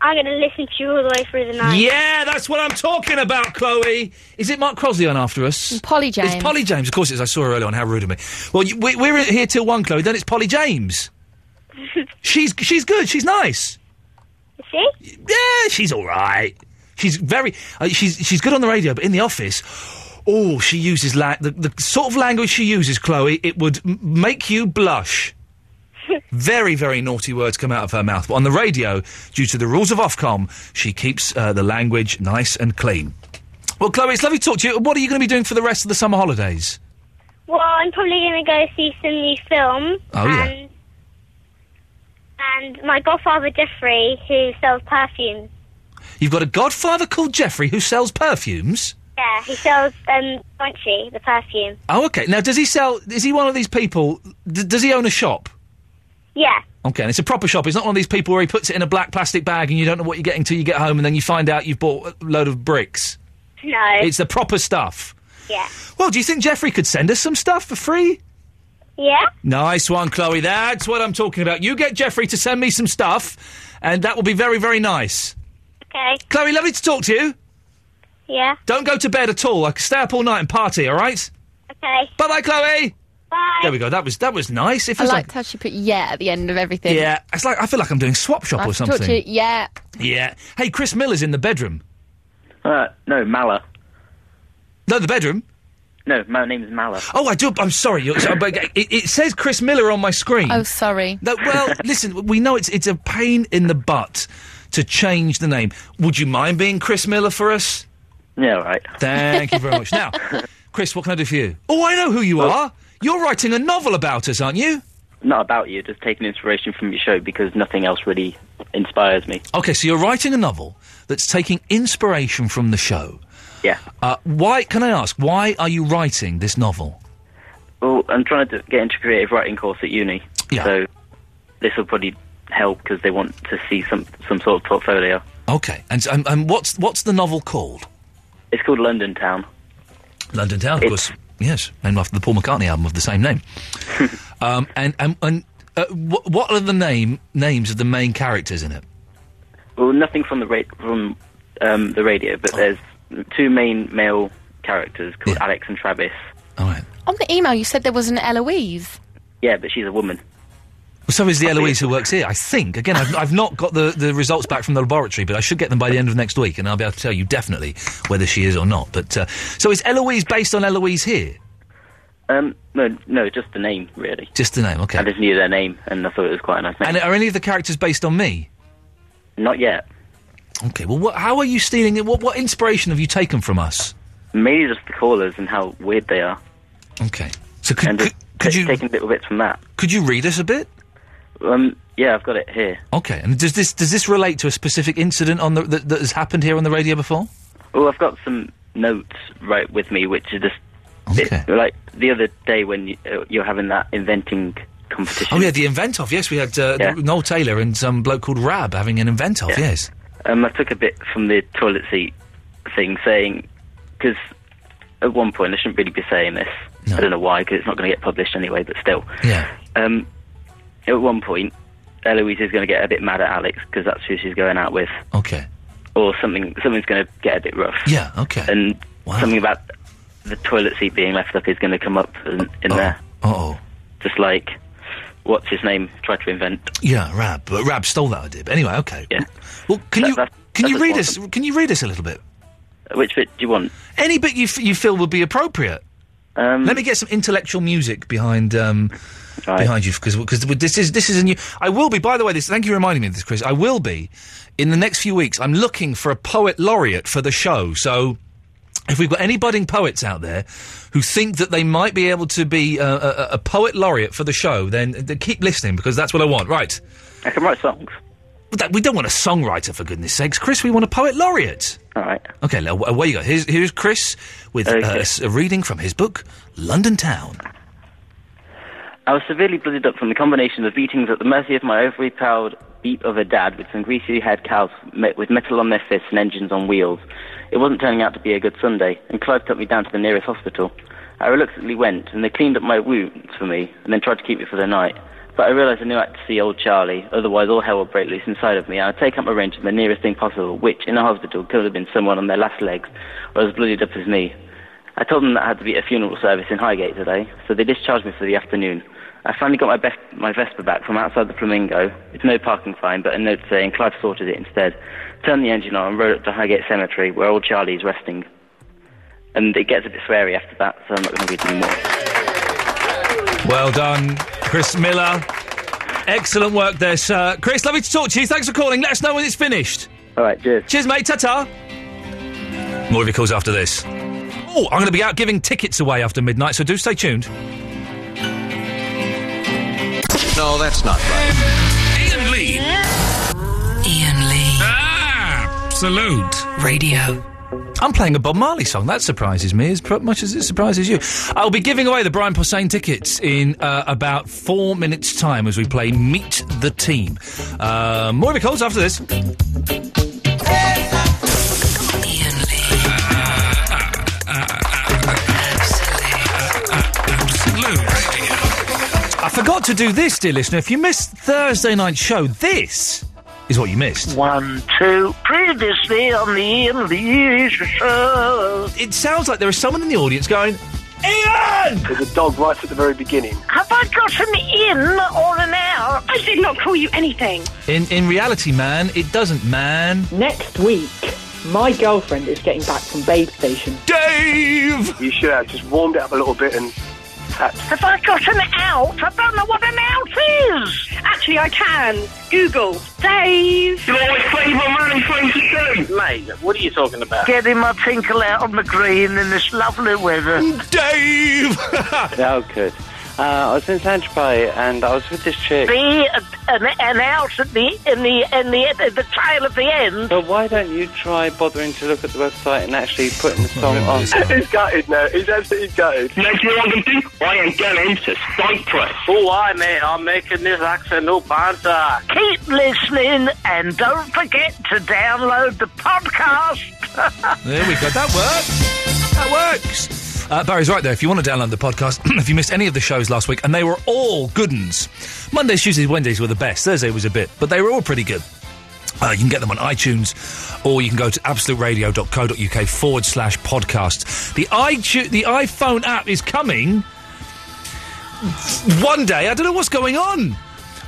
Speaker 11: I'm gonna listen to you all the way through the night.
Speaker 4: Yeah, that's what I'm talking about, Chloe. Is it Mark Crosley on after us?
Speaker 8: Polly James.
Speaker 4: It's Polly James, of course. It is. I saw her earlier on. How rude of me. Well, you, we, we're here till one, Chloe. Then it's Polly James. she's she's good. She's nice.
Speaker 11: See?
Speaker 4: Yeah, she's all right. She's very uh, she's she's good on the radio, but in the office, oh, she uses la- the the sort of language she uses, Chloe. It would m- make you blush. very very naughty words come out of her mouth, but on the radio, due to the rules of Ofcom, she keeps uh, the language nice and clean. Well, Chloe, it's lovely to talk to you. What are you going to be doing for the rest of the summer holidays?
Speaker 11: Well, I'm probably gonna go see some new film.
Speaker 4: Oh, yeah.
Speaker 11: and, and my godfather Jeffrey, who sells perfume.
Speaker 4: You've got a godfather called Jeffrey who sells perfumes.
Speaker 11: Yeah, he sells um Gucci, the perfume.
Speaker 4: Oh, okay. Now, does he sell? Is he one of these people? D- does he own a shop?
Speaker 11: Yeah.
Speaker 4: Okay, and it's a proper shop. It's not one of these people where he puts it in a black plastic bag and you don't know what you're getting till you get home and then you find out you've bought a load of bricks.
Speaker 11: No.
Speaker 4: It's the proper stuff.
Speaker 11: yeah.
Speaker 4: Well, do you think Jeffrey could send us some stuff for free?
Speaker 11: Yeah.
Speaker 4: Nice one, Chloe. That's what I'm talking about. You get Jeffrey to send me some stuff, and that will be very, very nice.
Speaker 11: Okay.
Speaker 4: Chloe, lovely to talk to you.
Speaker 11: Yeah.
Speaker 4: Don't go to bed at all. I can stay up all night and party, all right?
Speaker 11: Okay.
Speaker 4: Bye bye, Chloe.
Speaker 11: Bye.
Speaker 4: There we go. That was that was nice. It
Speaker 8: I
Speaker 4: feels like,
Speaker 8: liked how she put yeah at the end of everything.
Speaker 4: yeah, it's like I feel like I'm doing swap shop or
Speaker 8: I've talked
Speaker 4: something.
Speaker 8: to you, yeah.
Speaker 4: Yeah. Hey, Chris Miller's in the bedroom.
Speaker 9: Uh, no, Mala.
Speaker 4: No, the bedroom.
Speaker 9: No, my name's Mala.
Speaker 4: Oh, I do. I'm sorry. You're, so- but it, it says Chris Miller on my screen.
Speaker 8: Oh, sorry.
Speaker 4: No, well, listen. We know it's it's a pain in the butt to change the name. Would you mind being Chris Miller for us?
Speaker 9: Yeah, right.
Speaker 4: Thank you very much. Now, Chris, what can I do for you? Oh, I know who you are. You're writing a novel about us, aren't you?
Speaker 9: Not about you, just taking inspiration from your show because nothing else really inspires me.
Speaker 4: Okay, so you're writing a novel that's taking inspiration from the show.
Speaker 9: Yeah.
Speaker 4: Uh, why? Can I ask why are you writing this novel?
Speaker 9: Well, I'm trying to get into a creative writing course at uni.
Speaker 4: Yeah.
Speaker 9: So this will probably help because they want to see some, some sort of portfolio.
Speaker 4: Okay, and and, and what's what's the novel called?
Speaker 9: It's called London Town.
Speaker 4: London Town, of
Speaker 9: It's-
Speaker 4: course. Yes, named after the Paul McCartney album of the same name. um, and and, and uh, wh- what are the name names of the main characters in it?
Speaker 9: Well, nothing from the ra- from um, the radio, but there's two main male characters called
Speaker 4: Yeah.
Speaker 9: Alex and Travis.
Speaker 4: All right.
Speaker 8: On the email, you said there was an Eloise.
Speaker 9: Yeah, but she's a woman.
Speaker 4: Well, so is the Eloise who works here, I think. Again, I've, I've not got the, the results back from the laboratory, but I should get them by the end of next week, and I'll be able to tell you definitely whether she is or not. But uh, so is Eloise based on Eloise here?
Speaker 9: Um, no, no, just the name really.
Speaker 4: Just the name,
Speaker 9: I
Speaker 4: okay.
Speaker 9: just knew their name, and I thought it was quite a nice name.
Speaker 4: And are any of the characters based on me?
Speaker 9: Not yet.
Speaker 4: Okay. Well, what, how are you stealing it? What what inspiration have you taken from us?
Speaker 9: Maybe just the callers and how weird they are,
Speaker 4: Okay. So could,
Speaker 9: and
Speaker 4: could,
Speaker 9: just
Speaker 4: could
Speaker 9: t-
Speaker 4: you
Speaker 9: taking little bits from that.
Speaker 4: could you read us a bit?
Speaker 9: Um, yeah, I've got it here.
Speaker 4: Okay, and does this does this relate to a specific incident on the that, that
Speaker 9: Oh,
Speaker 4: has happened here on the radio before?
Speaker 9: Well, I've got some notes right with me, which are just It- like the other day when you, uh, you're having that inventing competition.
Speaker 4: Oh yeah, the invent off. Yes, we had uh,
Speaker 9: Yeah.
Speaker 4: Noel Taylor and some bloke called Rab having an invent off.
Speaker 9: Yeah.
Speaker 4: Yes.
Speaker 9: Um, I took a bit from the toilet seat thing, saying because at one point I shouldn't really be saying this. I don't know why, because it's not going to get published anyway. But still,
Speaker 4: Yeah.
Speaker 9: um, at one point Eloise is going to get a bit mad at Alex because that's who she's going out with,
Speaker 4: Okay.
Speaker 9: or something. Something's going to get a bit rough,
Speaker 4: Yeah. Okay.
Speaker 9: and something about the toilet seat being left up is going to come up in, in there.
Speaker 4: Oh.
Speaker 9: Just like what's his name tried to invent.
Speaker 4: Yeah, Rab. But Rab stole that idea. But anyway, okay. Yeah. Well, can you can you read us? Can you read us a little bit?
Speaker 9: Which bit do you want?
Speaker 4: Any bit you f- you feel would be appropriate.
Speaker 9: Um,
Speaker 4: Let me get some intellectual music behind um, behind you because because this is this is a new. I will be. By the way, this. Thank you for reminding me of this, Chris. I will be in the next few weeks. I'm looking for a poet laureate for the show. So. If we've got any budding poets out there who think that they might be able to be uh, a, a, a poet laureate for the show, then uh, keep listening because that's what I want. Right.
Speaker 9: I can write songs.
Speaker 4: But that, we don't want a songwriter, for goodness sakes, Chris. We want a poet laureate.
Speaker 9: All right.
Speaker 4: Okay, now, away you go. Here's, here's Chris with uh,
Speaker 9: Okay.
Speaker 4: s- a reading from his book, London Town.
Speaker 9: I was severely blooded up from the combination of beatings at the mercy of my overpowered beat of a dad with some greasy haired cows met with metal on their fists and engines on wheels. It wasn't turning out to be a good Sunday, and Clive took me down to the nearest hospital. I reluctantly went, and they cleaned up my wounds for me, and then tried to keep me for the night. But I realised I knew I had to see old Charlie, otherwise all hell would break loose inside of me, and I'd take up my range at the nearest thing possible, which, in a hospital, could have been someone on their last legs, or as blooded up as me. I told them that I had to be at a funeral service in Highgate today, so they discharged me for the afternoon. I finally got my, best, my Vespa back from outside the Flamingo. It's no parking fine, but a note saying Clive sorted it instead. Turned the engine on and rode up to Highgate Cemetery, where old Charlie's resting. And it gets a bit sweary after that, so I'm not going to read any more.
Speaker 4: Well done, Chris Miller. Excellent work there, sir. Chris, lovely to talk to you. Thanks for calling. Let us know when it's finished.
Speaker 9: All right, cheers.
Speaker 4: Cheers, mate. Ta ta. More of your calls after this. Oh, I'm going to be out giving tickets away after midnight, so do stay tuned. No, that's not right.
Speaker 2: Ian Lee.
Speaker 3: Ian Lee.
Speaker 2: Absolute
Speaker 3: Radio.
Speaker 4: I'm playing a Bob Marley song. That surprises me as pr- much as it surprises you. I'll be giving away the Brian Posehn tickets in uh, about four minutes' time as we play Meet the Team. Uh, more of your calls after this. I forgot to do this, dear listener. If you missed Thursday night's show, this is what you missed.
Speaker 10: One, two. Previously on the Ian Lee Show.
Speaker 4: It sounds like there is someone in the audience going, Ian!
Speaker 12: There's a dog right at the very beginning.
Speaker 10: Have I got an in or an out? I did not call you anything.
Speaker 4: In in reality, man, it doesn't, man.
Speaker 13: Next week, my girlfriend is getting back from Babe Station.
Speaker 4: Dave!
Speaker 12: You should have just warmed it up a little bit and tapped.
Speaker 10: Have I got an out? I don't know what an out is. Actually, I can. Google. Dave. You always play my money things to do. Mate,
Speaker 12: What are you talking about?
Speaker 10: getting my tinkle out on the green in this lovely weather.
Speaker 4: Dave!
Speaker 9: oh, good. Uh, I was in Santa Fe and I was with this chick.
Speaker 10: Be an, an out at the in the in the at the tail of the end.
Speaker 9: But why don't you try bothering to look at the website and actually putting the song on?
Speaker 12: He's gutted now. He's absolutely gutted. Next you know what I'm going to do? I am going to Cyprus. Oh, I mate. I'm making this accent no banter.
Speaker 10: Keep listening and don't forget to download the podcast.
Speaker 4: There we go. That works. That works. Uh, Barry's right there. If you want to download the podcast, if you missed any of the shows last week, and they were all good uns. Mondays, Tuesdays, Wednesdays were the best. Thursday was a bit, but they were all pretty good. Uh, you can get them on iTunes, or you can go to absoluteradio.co.uk forward slash podcast. The, iTu- the iPhone app is coming one day. I don't know what's going on.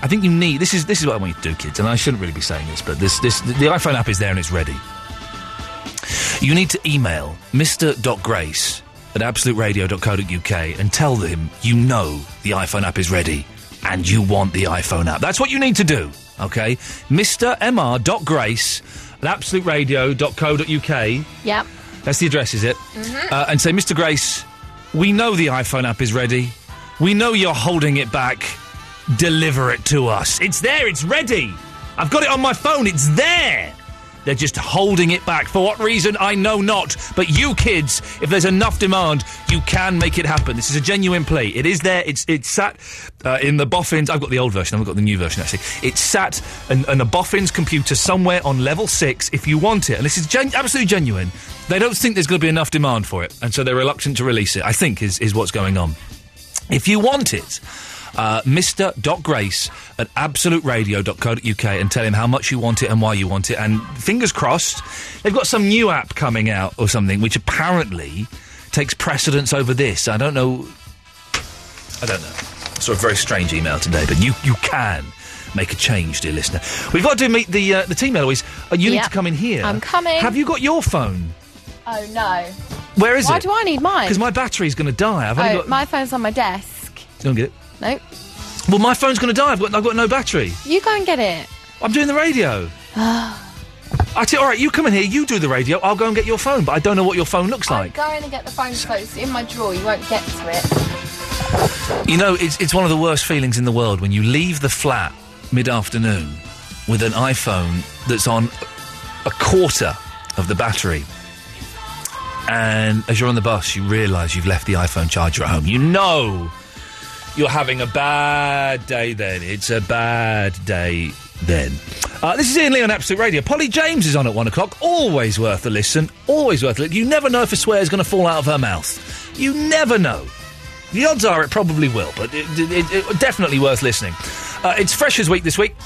Speaker 4: I think you need this is this is what I want you to do, kids. And I shouldn't really be saying this, but this this the iPhone app is there and it's ready. You need to email mr.grace at absoluteradio.co.uk and tell them you know the iPhone app is ready and you want the iPhone app. That's what you need to do, okay? Mr. mr.grace at absoluteradio.co.uk.
Speaker 8: Yep.
Speaker 4: That's the address, is it?
Speaker 8: Mhm.
Speaker 4: Uh, and say, Mr. Grace, we know the iPhone app is ready. We know you're holding it back. Deliver it to us. It's there. It's ready. I've got it on my phone. It's there. There They're just holding it back. For what reason, I know not. But you kids, if there's enough demand, you can make it happen. This is a genuine plea. It is there. It's it's sat uh, in the boffins. I've got the old version. I've got the new version actually. It's sat in, in a boffins computer somewhere on level six. If you want it, and this is gen- absolutely genuine. They don't think there's going to be enough demand for it, and so they're reluctant to release it. I think is is what's going on. If you want it, uh, Mr. Dot Grace at absoluteradio.co.uk and tell him how much you want it and why you want it. And fingers crossed, they've got some new app coming out or something, which apparently takes precedence over this. I don't know. I don't know. Saw a very strange email today, but you, you can make a change, dear listener. We've got to meet the uh, the team, Eloise. Uh, you need
Speaker 8: Yeah.
Speaker 4: to come in here.
Speaker 8: I'm coming.
Speaker 4: Have you got your phone?
Speaker 8: Oh no.
Speaker 4: Where is
Speaker 8: Why
Speaker 4: it?
Speaker 8: do I need mine?
Speaker 4: Because my battery's going to die. I've only
Speaker 8: oh,
Speaker 4: got.
Speaker 8: my phone's on my desk.
Speaker 4: Don't get it.
Speaker 8: Nope.
Speaker 4: Well, my phone's going to die. I've got, I've got no battery.
Speaker 8: You go and get it.
Speaker 4: I'm doing the radio. I tell all right, you come in here, you do the radio, I'll go and get your phone, but I don't know what your phone looks like.
Speaker 8: Go in and get the phone close. It's in my drawer. You won't get to it.
Speaker 4: You know, it's, it's one of the worst feelings in the world when you leave the flat mid afternoon with an iPhone that's on a quarter of the battery. And as you're on the bus, you realise you've left the iPhone charger at home. You know you're having a bad day then. It's a bad day then. Uh, this is Ian Lee on Absolute Radio. Polly James is on at one o'clock. Always worth a listen. Always worth a listen. You never know if a swear is going to fall out of her mouth. You never know. The odds are it probably will, but it, it, it- it- definitely worth listening. Uh, it's Freshers Week this week.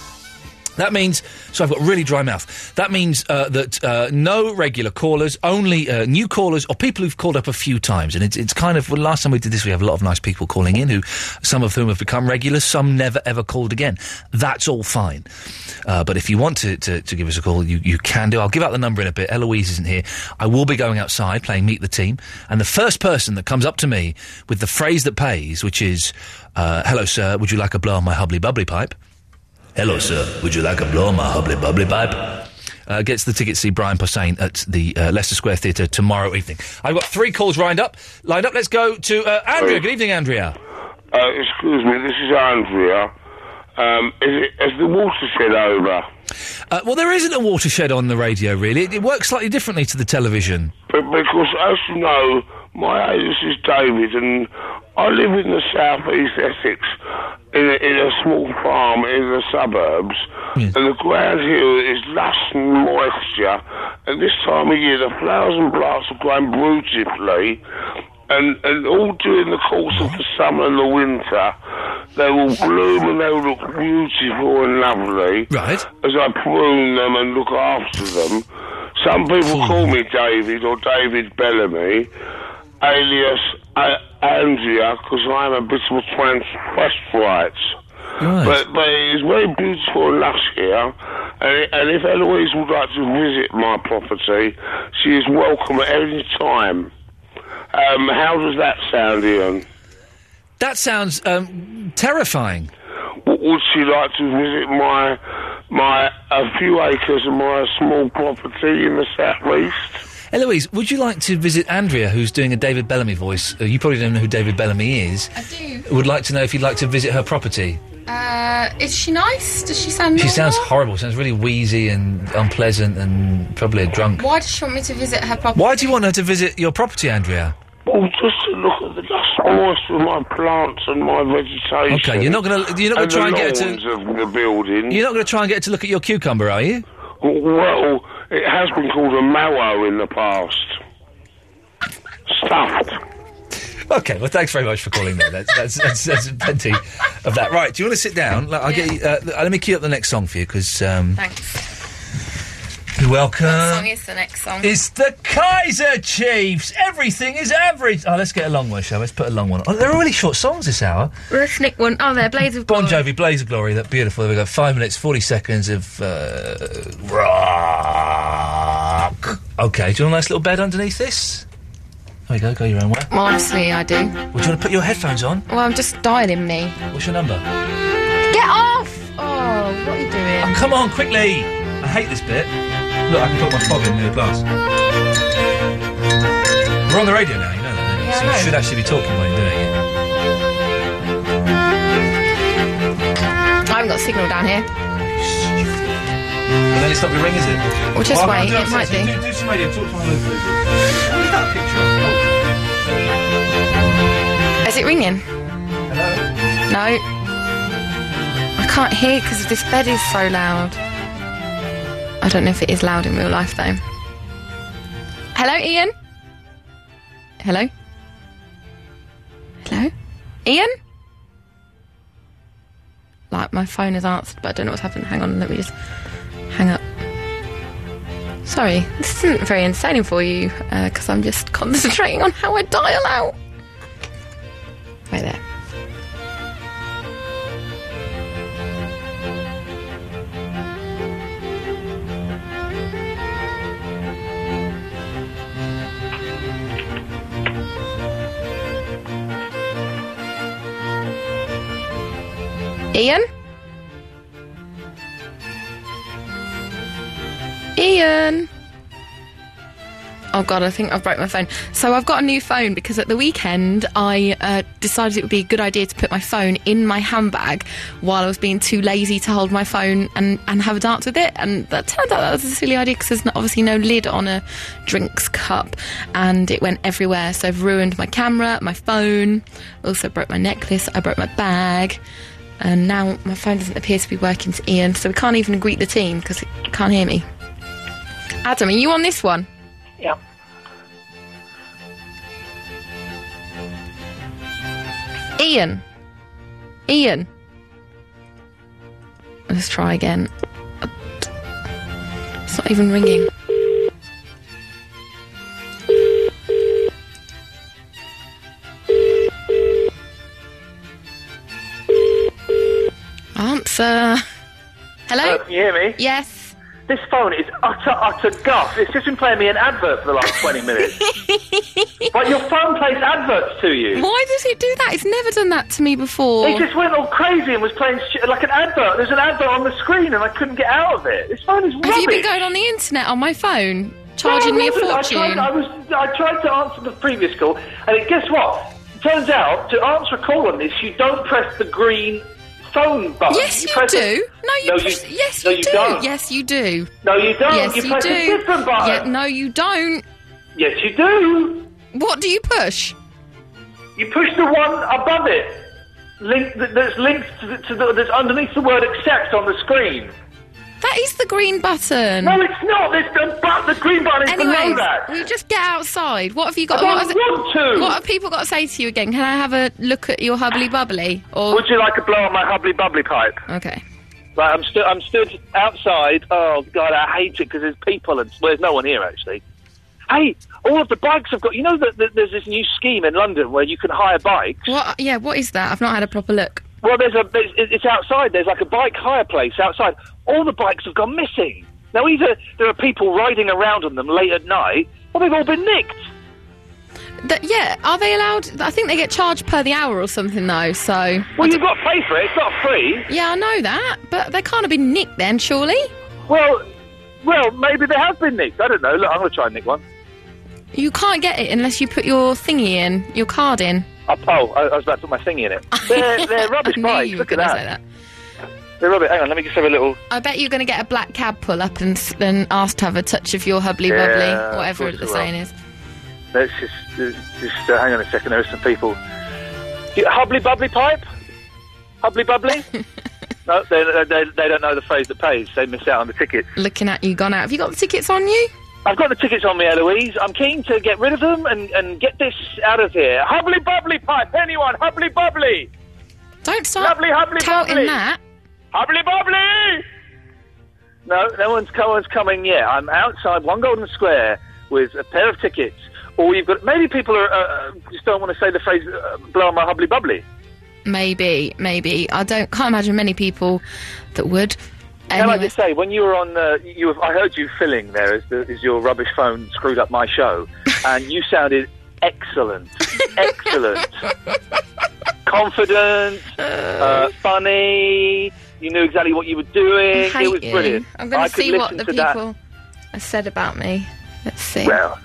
Speaker 4: That means, so I've got really dry mouth. That means uh, that uh, no regular callers, only uh, new callers or people who've called up a few times. And it's, it's kind of, well, last time we did this, we have a lot of nice people calling in, who some of whom have become regulars, some never ever called again. That's all fine. Uh, but if you want to, to, to give us a call, you, you can do. I'll give out the number in a bit. Eloise isn't here. I will be going outside playing Meet the Team. And the first person that comes up to me with the phrase that pays, which is, uh, hello, sir, would you like a blow on my hubbly bubbly pipe? Hello, sir. Would you like a blow on my hubbly bubbly pipe? Uh, gets the ticket to see Brian Posehn at the uh, Leicester Square Theatre tomorrow evening. I've got three calls lined up. Lined up. Let's go to uh, Andrea. Good evening, Andrea.
Speaker 14: Uh, excuse me, this is Andrea. Um, is, it, is the watershed over?
Speaker 4: Uh, well, there isn't a watershed on the radio, really. It, it works slightly differently to the television.
Speaker 14: But because, as you know, my alias is David, and I live in the southeast Essex, in a, in a small farm in the suburbs, and the ground here is lush and moisture. And this time of year, the flowers and plants are growing beautifully, and and all during the course of the summer and the winter, they will bloom and they will look beautiful and lovely.
Speaker 4: Right.
Speaker 14: As I prune them and look after them, some people call me David or David Bellamy, alias uh, Andrea, because I'm a bit of a trans Westwright. But, but it's very beautiful and lush here. And, and if Eloise would like to visit my property, she is welcome at any time. Um, how does that sound, Ian?
Speaker 4: That sounds um, terrifying.
Speaker 14: W- would she like to visit my my a few acres of my small property in the southeast?
Speaker 4: Eloise, would you like to visit Andrea, who's doing a David Bellamy voice? Uh, you probably don't know who David Bellamy is. I
Speaker 8: do.
Speaker 4: Would like to know if you'd like to visit her property.
Speaker 8: Uh, is she nice? Does she sound
Speaker 4: She
Speaker 8: normal?
Speaker 4: sounds horrible. Sounds really wheezy and unpleasant and probably a drunk.
Speaker 8: Why does she want me to visit her property?
Speaker 4: Why do you want her to visit your property, Andrea?
Speaker 14: Well, just to look at the dust moisture of my plants and my vegetation.
Speaker 4: Oh. Okay, you're not gonna- you're not gonna
Speaker 14: and
Speaker 4: try and
Speaker 14: the
Speaker 4: get her to-
Speaker 14: lawns of the building.
Speaker 4: You're not going to try and get her to look at your cucumber, are you?
Speaker 14: Well, it has been called a mallow in the past. Stuffed.
Speaker 4: Okay, well, thanks very much for calling there. That's, that's, that's, that's plenty of that. Right, do you want to sit down? Like, I'll get you, uh, let me cue up the next song for you because um,
Speaker 8: Thanks.
Speaker 4: you're welcome.
Speaker 8: What song is the next song?
Speaker 4: It's the Kaiser Chiefs. Everything is average. Oh, let's get a long one, shall we? Let's put a long one. on. Oh, they're really short songs this hour.
Speaker 8: Let's nick one. Oh, there, Blaze of
Speaker 4: Bon
Speaker 8: Glory.
Speaker 4: Jovi, Blaze of Glory. That beautiful. There we go. Five minutes, forty seconds of uh, rock. Okay. Do you want a nice little bed underneath this? There we go. Go your own way.
Speaker 8: Well, honestly, I do. Well,
Speaker 4: Would you want to put your headphones on?
Speaker 8: I'm just dying in me.
Speaker 4: What's your number?
Speaker 8: Get off! Oh, what are you doing?
Speaker 4: Oh, come on, quickly! I hate this bit. Look, I can put my fob in the glass. We're on the radio now, you know that. don't you?
Speaker 8: Yeah, I
Speaker 4: so you
Speaker 8: know.
Speaker 4: should actually be talking when you're doing it.
Speaker 8: I haven't got signal down here.
Speaker 4: And then it's not going to ring, is it?
Speaker 8: Or just
Speaker 4: Barbara,
Speaker 8: wait,
Speaker 4: do
Speaker 8: it might be.
Speaker 4: Do, do some radio, talk to my other producer. Who's that picture
Speaker 8: Is it ringing? No. I can't hear because this bed is so loud. I don't know if it is loud in real life though. Hello, Ian? Hello? Hello? Ian? Like, my phone has answered, but I don't know what's happened. Hang on, let me just hang up. Sorry, this isn't very entertaining for you because I'm just concentrating on how I dial out. Right there. Ian? Ian? Oh god, I think I've broke my phone. So I've got a new phone because at the weekend I uh, decided it would be a good idea to put my phone in my handbag while I was being too lazy to hold my phone and, and have a dance with it. And that turned out that was a silly idea because there's not, obviously no lid on a drinks cup, and it went everywhere. So I've ruined my camera, my phone, also broke my necklace, I broke my bag. And now my phone doesn't appear to be working to Ian, so we can't even greet the team because it can't hear me. Adam, are you on this one?
Speaker 10: Yeah.
Speaker 8: Ian. Ian. Let's try again. It's not even ringing. Answer. Hello?
Speaker 12: Uh, can you hear me?
Speaker 8: Yes.
Speaker 12: This phone is utter, utter guff. It's just been playing me an advert for the last 20 minutes. but your phone plays adverts to you.
Speaker 8: Why does it do that? It's never done that to me before.
Speaker 12: It just went all crazy and was playing sh- like an advert. There's an advert on the screen and I couldn't get out of it. This phone is rubbish.
Speaker 8: Have you been going on the internet on my phone, charging
Speaker 12: No,
Speaker 8: me a
Speaker 12: I wasn't. I
Speaker 8: fortune?
Speaker 12: tried, I, was, I tried to answer the previous call, and it, guess what? Turns out, to answer a call on this, you don't press the green phone button.
Speaker 8: Yes, you,
Speaker 12: press
Speaker 8: do.
Speaker 12: it-
Speaker 8: No, you.
Speaker 12: No,
Speaker 8: press-
Speaker 12: you-
Speaker 8: yes,
Speaker 12: no,
Speaker 8: you,
Speaker 12: you
Speaker 8: do.
Speaker 12: don't.
Speaker 8: Yes, you do.
Speaker 12: No, you don't.
Speaker 8: Yes,
Speaker 12: You
Speaker 8: you,
Speaker 12: press
Speaker 8: do.
Speaker 12: a different button.
Speaker 8: Yeah, no, you don't.
Speaker 12: Yes, you do.
Speaker 8: What do you push?
Speaker 12: You push the one above it, link, that- that's linked to the, to the, that's underneath the word accept on the screen.
Speaker 8: That is the green button.
Speaker 12: No, it's not. There's the, but the green button is below
Speaker 8: Anyways,
Speaker 12: that.
Speaker 8: we just get outside. What have you got?
Speaker 12: I
Speaker 8: what,
Speaker 12: don't want to.
Speaker 8: what have people got to say to you again? Can I have a look at your hubbly bubbly? Or
Speaker 12: Would you like a blow on my hubbly bubbly pipe?
Speaker 8: okay,
Speaker 12: Right, I'm stood. I'm stood outside. Oh God, I hate it because there's people and well, there's no one here actually. Hey, all of the bikes have got. You know that that there's this new scheme in London where you can hire bikes.
Speaker 8: what? Uh, Yeah, what is that? I've not had a proper look.
Speaker 12: Well, there's a. There's, it- it's outside. There's like a bike hire place outside. All the bikes have gone missing. Now either there are people riding around on them late at night, or they've all been nicked.
Speaker 8: That, yeah, are they allowed? I think they get charged per the hour or something though. So
Speaker 12: Well, you've got to pay for it. It's not free.
Speaker 8: yeah, I know that, but they can't have been nicked then, surely.
Speaker 12: Well, well, maybe they have been nicked. I don't know. Look, I'm going to try and nick one.
Speaker 8: You can't get it unless you put your thingy in, your card in.
Speaker 12: I, oh, I, I was about to put my thingy in it. They're, they're rubbish bikes. Look at that. They're rubbish. Hang on, let me just have a little.
Speaker 8: I bet you're going to get a black cab pull up and s- then ask to have a touch of your hubbly
Speaker 12: Yeah,
Speaker 8: bubbly,
Speaker 12: of
Speaker 8: whatever
Speaker 12: course
Speaker 8: the
Speaker 12: I will.
Speaker 8: saying is.
Speaker 12: Let's just, let's just uh, hang on a second. There are some people. You- Hubbly bubbly pipe? Hubbly bubbly? no, they, they, they don't know the phrase that pays. They miss out on the tickets.
Speaker 8: Looking at you, gone out. Have you got the tickets on you?
Speaker 12: I've got the tickets on me, Eloise. I'm keen to get rid of them and, and get this out of here. Hubbly bubbly pipe, anyone? Hubbly bubbly!
Speaker 8: Don't start
Speaker 12: Hubbly, hubbly,
Speaker 8: touting
Speaker 12: bubbly.
Speaker 8: that.
Speaker 12: Hubbly bubbly! No, no one's, no one's coming yet. I'm outside One Golden Square with a pair of tickets. Or you've got maybe people are uh, uh, just don't want to say the phrase uh, "blow on my hubbly bubbly."
Speaker 8: Maybe, maybe. I don't. Can't imagine many people that would.
Speaker 12: Can I
Speaker 8: Anyway,
Speaker 12: just say, when you were on, uh, you were, I heard you filling there as, the, as your rubbish phone screwed up my show, and you sounded excellent, excellent, confident, uh, funny. You knew exactly what you were doing.
Speaker 8: hate
Speaker 12: it was
Speaker 8: you.
Speaker 12: brilliant.
Speaker 8: I'm going
Speaker 12: I
Speaker 8: to
Speaker 12: could
Speaker 8: see what
Speaker 12: listen
Speaker 8: the
Speaker 12: to that.
Speaker 8: people have said about me. Let's see.
Speaker 12: Well,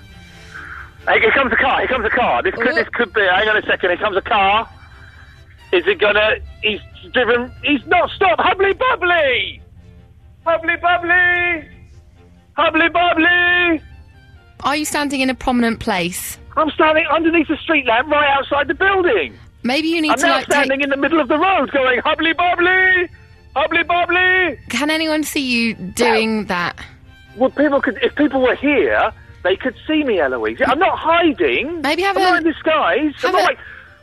Speaker 12: Hey, here comes a car. Here comes a car. This
Speaker 8: Oh,
Speaker 12: could, this could be. Hang on a second. Here comes a car. Is it gonna? He's driven. He's not stopped. Hubbly bubbly. Hubbly bubbly! Hubbly bubbly!
Speaker 8: Are you standing in a prominent place?
Speaker 12: I'm standing underneath the street lamp right outside the building.
Speaker 8: Maybe you need
Speaker 12: I'm
Speaker 8: to
Speaker 12: now
Speaker 8: like take.
Speaker 12: standing in the middle of the road going hubbly bubbly! Hubbly bubbly!
Speaker 8: Can anyone see you doing that?
Speaker 12: Well, people could. If people were here, they could see me, Eloise. I'm not hiding.
Speaker 8: Maybe have
Speaker 12: I'm
Speaker 8: a-
Speaker 12: not in disguise. I'm not like.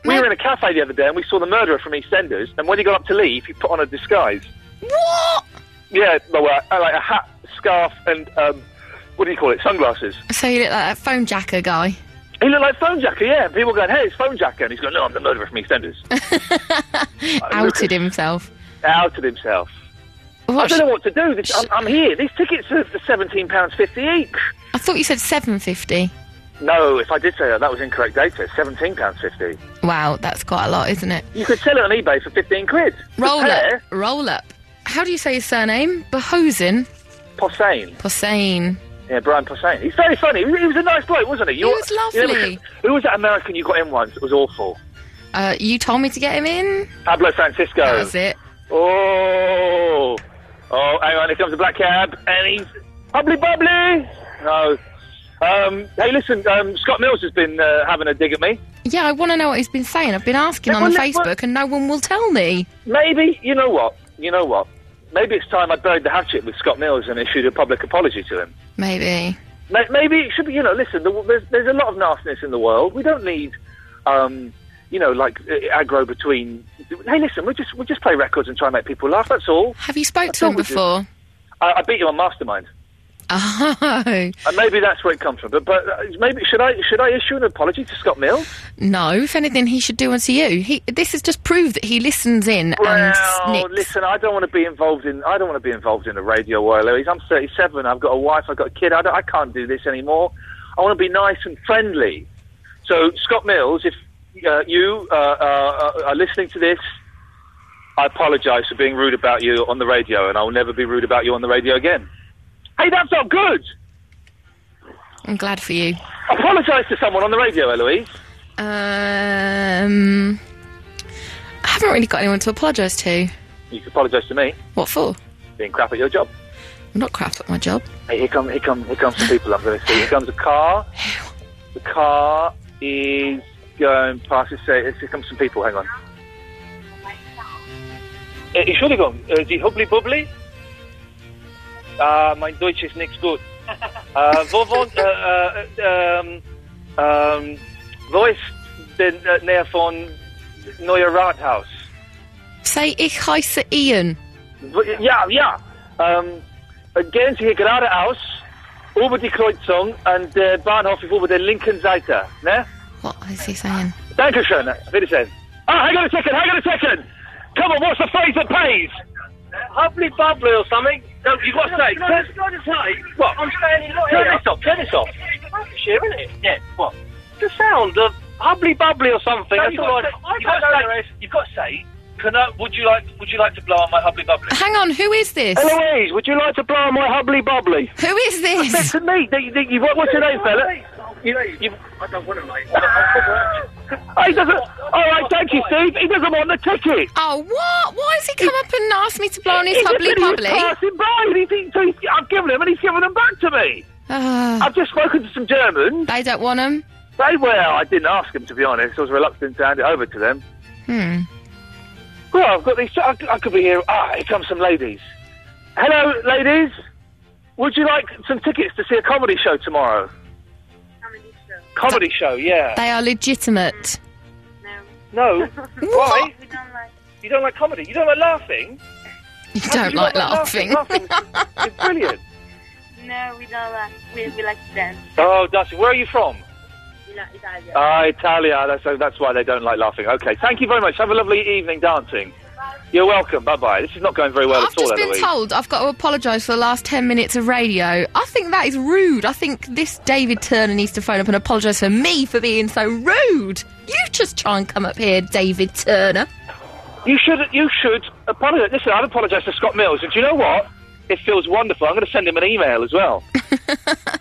Speaker 12: We were in a cafe the other day and we saw the murderer from EastEnders. And when he got up to leave, he put on a disguise.
Speaker 8: What?
Speaker 12: Yeah, well, uh, like a hat, scarf, and um, what do you call it? Sunglasses.
Speaker 8: So you look like that phone jacker guy.
Speaker 12: He looked like Phone Jacker, yeah. People going, hey, it's Phone Jacker. And he's going, no, I'm the murderer from EastEnders.
Speaker 8: Outed himself.
Speaker 12: Outed himself. I
Speaker 8: What
Speaker 12: don't
Speaker 8: sh-
Speaker 12: know what to do. This, I'm, I'm here. These tickets are £17.50 each.
Speaker 8: I thought you said seven fifty.
Speaker 12: No, if I did say that, that was incorrect data. It's £17.50.
Speaker 8: Wow, that's quite a lot, isn't it?
Speaker 12: You could sell it on eBay for 15 quid.
Speaker 8: Roll
Speaker 12: Prepare.
Speaker 8: up, roll up. How do you say his surname? Behosen
Speaker 12: Possein.
Speaker 8: Possein.
Speaker 12: Yeah, Brian Possein. He's very funny. He he was a nice bloke, wasn't he? You-
Speaker 8: was
Speaker 12: you never-
Speaker 8: lovely.
Speaker 12: who was that American you got in once? It was awful.
Speaker 8: Uh, you told me to get him in.
Speaker 12: Pablo Francisco.
Speaker 8: That's it.
Speaker 12: Oh, oh, hang on, here comes a black cab, and he's bubbly bubbly. No. Um, hey, listen, um, Scott Mills has been uh, having a dig at me.
Speaker 8: Yeah, I want to know what he's been saying. I've been asking
Speaker 12: Yeah,
Speaker 8: on the
Speaker 12: well, let-
Speaker 8: Facebook, and no one will tell me.
Speaker 12: Maybe, you know what? You know what? Maybe it's time I buried the hatchet with Scott Mills and issued a public apology to him.
Speaker 8: Maybe.
Speaker 12: Ma- Maybe it should be, you know, listen, the, there's, there's a lot of nastiness in the world. We don't need, um, you know, like uh, aggro between. Hey, listen, we just we just play records and try and make people laugh. That's all.
Speaker 8: Have you spoke
Speaker 12: That's
Speaker 8: to
Speaker 12: all
Speaker 8: him
Speaker 12: we do.
Speaker 8: before?
Speaker 12: I, I beat you on Mastermind.
Speaker 8: Oh
Speaker 12: And maybe that's where it comes from. But, but uh, maybe should I should I issue an apology to Scott Mills?
Speaker 8: no! If anything, he should do unto you. He. This has just proved that he listens in and
Speaker 12: Well,
Speaker 8: snips.
Speaker 12: listen, I don't want to be involved in I don't want to be involved in a radio war, Louise. I'm 37. I've got a wife. I've got a kid. I, don't- I can't do this anymore. I want to be nice and friendly. So Scott Mills, if uh, you uh, uh, are listening to this, I apologise for being rude about you on the radio, and I will never be rude about you on the radio again. Hey, that's not good.
Speaker 8: I'm glad for you.
Speaker 12: Apologise to someone on the radio, Eloise.
Speaker 8: Um, I haven't really got anyone to apologise to.
Speaker 12: You can apologise to me.
Speaker 8: What for?
Speaker 12: Being crap at your job.
Speaker 8: I'm not crap at my job.
Speaker 12: Hey, here come, here come, here comes the people I'm going to see. Here comes a car. The car is going past. It's, uh, here comes some people. Hang on. Äh, Entschuldigung, äh, die Hubbly Bubbly? Ah, mein Deutsch ist nicht gut. Äh, wo wohnt, äh, äh, ähm, ähm, wo ist denn äh, näher von Neuer Rathaus?
Speaker 8: Say ich heiße Ian.
Speaker 12: Wo- Ja, ja. Ähm, äh, gehen Sie hier geradeaus, über die Kreuzung, und der Bahnhof ist über der linken Seite, ne?
Speaker 8: What is he saying?
Speaker 12: Dankeschön, wiedersehen. Ah, hang on a second, hang on a second! Come on, what's the phrase that pays? Hubbly bubbly or something? No, you got to say.
Speaker 10: Can I just- can I just say,
Speaker 12: What?
Speaker 10: I'm standing right
Speaker 12: Turn
Speaker 10: here.
Speaker 12: this off, turn this off.
Speaker 10: It's rubbish here, isn't it?
Speaker 12: Yeah, what?
Speaker 10: The sound of hubbly bubbly or something.
Speaker 12: No,
Speaker 10: That's
Speaker 12: you've,
Speaker 10: all
Speaker 12: got
Speaker 10: I
Speaker 12: to,
Speaker 10: I
Speaker 12: you've, got
Speaker 10: don't know the
Speaker 12: to
Speaker 10: rest.
Speaker 12: say you've got to say, can I, would you like would you like to blow on my hubbly bubbly?
Speaker 8: Hang on, who is this?
Speaker 12: Eloise, would you like to blow on my hubbly bubbly?
Speaker 8: Who is this?
Speaker 12: That's to me. They- they- you- what- what's your name, fella? You, you,
Speaker 10: I don't want to, mate.
Speaker 12: oh, he doesn't. All right, thank you, Steve. He doesn't want the ticket.
Speaker 8: Oh, what? Why has he come up and asked me to blow on his
Speaker 12: He just
Speaker 8: hubbly
Speaker 12: said he was
Speaker 8: bubbly?
Speaker 12: passing by, and he thinks so he's- I've given him, and he's given them back to me.
Speaker 8: Ah,
Speaker 12: I've just spoken to some Germans.
Speaker 8: they don't want him.
Speaker 12: They well, I didn't ask them to be honest. I was reluctant to hand it over to them.
Speaker 8: Hmm.
Speaker 12: Well, I've got these. I, I could be here. Ah, here come some ladies. Hello, ladies. Would you like some tickets to see a comedy show tomorrow? Comedy show, yeah.
Speaker 8: They are legitimate.
Speaker 12: No. Why? You don't like comedy. You don't like laughing.
Speaker 8: You
Speaker 12: How
Speaker 8: don't
Speaker 12: could you
Speaker 8: like
Speaker 12: not
Speaker 8: laughing.
Speaker 12: laughing? Laughing is brilliant.
Speaker 11: No, we don't like. We, we like to dance.
Speaker 12: Oh, Dusty, where are you from?
Speaker 11: We like Italia.
Speaker 12: Ah, Italia. That's, so that's why they don't like laughing. Okay, thank you very much. Have a lovely evening dancing. You're welcome. Bye bye. This is not going very well
Speaker 8: I've
Speaker 12: at all,
Speaker 8: just been
Speaker 12: Eloise.
Speaker 8: told I've got to apologise for the last 10 minutes of radio. I think that is rude. I think this David Turner needs to phone up and apologise for me for being so rude. You just try and come up here, David Turner.
Speaker 12: You should. You should apologize. Listen, I've apologised to Scott Mills, and do you know what? It feels wonderful. I'm going to send him an email as well.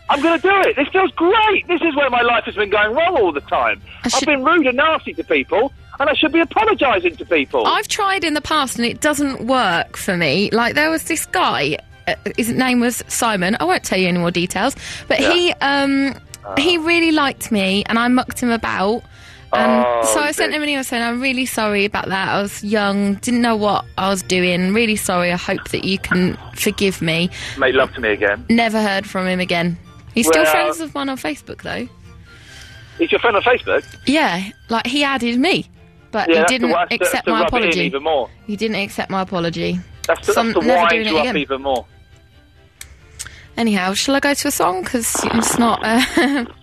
Speaker 12: I'm going to do it. This feels great. This is where my life has been going wrong all the time. I've been rude and nasty to people, and I should be apologising to people.
Speaker 8: I've tried in the past and it doesn't work for me. Like, there was this guy uh, his name was Simon. I won't tell you any more details, but he um,
Speaker 12: Uh-huh.
Speaker 8: he really liked me, and I mucked him about. Um,
Speaker 15: Oh,
Speaker 8: so I sent him an email saying, "I'm really sorry about that. I was young, didn't know what I was doing. Really sorry. I hope that you can forgive me."
Speaker 12: Made love to me again.
Speaker 8: Never heard from him again. He's still
Speaker 12: Well-
Speaker 8: friends with one on Facebook though.
Speaker 12: He's your friend on Facebook.
Speaker 8: Yeah, like he added me, but
Speaker 12: yeah,
Speaker 8: he
Speaker 12: that's
Speaker 8: didn't
Speaker 12: to, that's to-
Speaker 8: accept
Speaker 12: to
Speaker 8: my
Speaker 12: rub it in
Speaker 8: apology.
Speaker 12: even more.
Speaker 8: He didn't accept my apology.
Speaker 12: That's to,
Speaker 8: Some-
Speaker 12: that's to
Speaker 8: never
Speaker 12: wind
Speaker 8: doing it
Speaker 12: you up
Speaker 8: again.
Speaker 12: even more.
Speaker 8: Anyhow, shall I go to a song? Because it's not. Uh,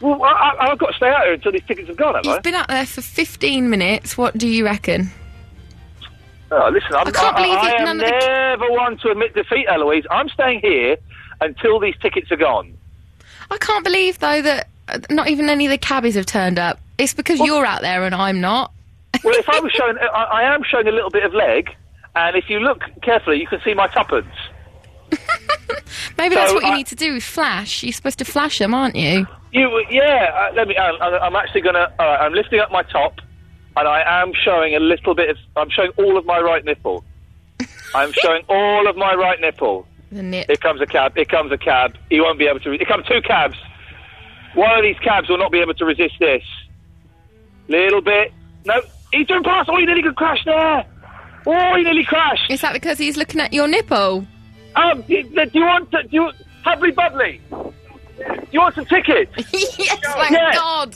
Speaker 12: Well, I, I, I've got to stay out here until these tickets have gone, have I?
Speaker 8: you've been out there for 15 minutes. What do you reckon?
Speaker 12: Oh, listen, I'm, I
Speaker 8: can't
Speaker 12: I,
Speaker 8: believe
Speaker 12: I
Speaker 8: it-
Speaker 12: am
Speaker 8: none of the-
Speaker 12: never one to admit defeat, Eloise. I'm staying here until these tickets are gone.
Speaker 8: I can't believe though that uh, not even any of the cabbies have turned up. It's because you're out there and I'm not.
Speaker 12: Well, if I was showing, I, I am showing a little bit of leg, and if you look carefully, you can see my tuppence.
Speaker 8: Maybe
Speaker 12: So
Speaker 8: that's what you
Speaker 12: I-
Speaker 8: need to do. Flash. You're supposed to flash them, aren't you?
Speaker 12: You, yeah. Uh, let me. I'm, I'm- I'm actually gonna. All right, I'm lifting up my top, and I am showing a little bit of. I'm showing all of my right nipple. I'm showing all of my right nipple.
Speaker 8: The nip.
Speaker 12: Here comes a cab. Here comes a cab. He won't be able to. Re- here come two cabs. One of these cabs will not be able to resist this. Little bit. No, he's doing past. Oh, he nearly could crash there. Oh, he nearly crashed.
Speaker 8: Is that because he's looking at your nipple?
Speaker 12: Um, do you, do you want to, do you, Hubbly Bubbly? Do you want some tickets?
Speaker 8: yes,
Speaker 12: thank
Speaker 8: God.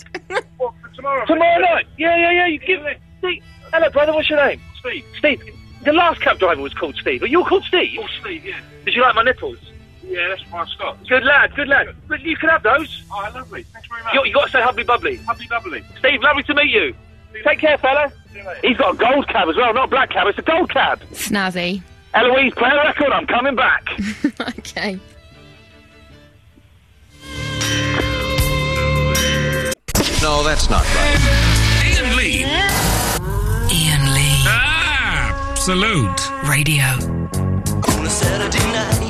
Speaker 12: tomorrow? night. Yeah, yeah, yeah. You give me. Steve. Hello, brother. What's your name? Steve. Steve. The last cab driver was called Steve. Are you called Steve? Oh, Steve, yeah. Did you like my nipples? Yeah, that's my Scott. Good lad, good lad. But you can have those. Oh, lovely. Thanks very much. You, you got to say Hubbly Bubbly. Hubbly Bubbly. Steve, lovely to meet you. Take care, fella. He's got a gold cab as well, not a black cab. It's a gold cab.
Speaker 8: Snazzy.
Speaker 12: Eloise, play a record. I'm coming back.
Speaker 8: Okay.
Speaker 16: No, that's not right.
Speaker 2: Ian Lee.
Speaker 3: Ian Lee.
Speaker 2: Absolute.
Speaker 3: Radio.
Speaker 16: On a Saturday night.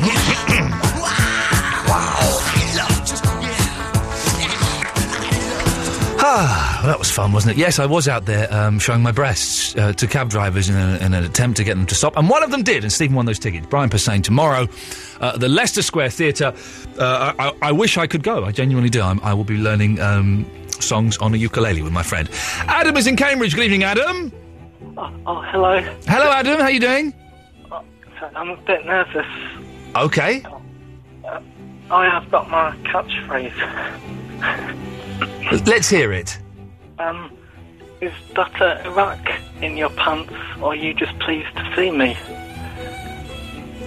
Speaker 4: Ah, well, that was fun, wasn't it? Yes, I was out there um, showing my breasts uh, to cab drivers in, a, in an attempt to get them to stop, and one of them did, and Stephen won those tickets. Brian Persane tomorrow, uh, the Leicester Square Theatre. Uh, I, I- I wish I could go. I genuinely do. I'm, I will be learning um, songs on a ukulele with my friend Adam is in Cambridge. Good evening, Adam.
Speaker 17: Oh, hello.
Speaker 4: Hello, Adam. How you doing?
Speaker 17: I'm a bit nervous.
Speaker 4: Okay.
Speaker 17: I have got my catchphrase.
Speaker 4: Let's hear it.
Speaker 17: Um, is that a rack in your pants, or are you just pleased to see me?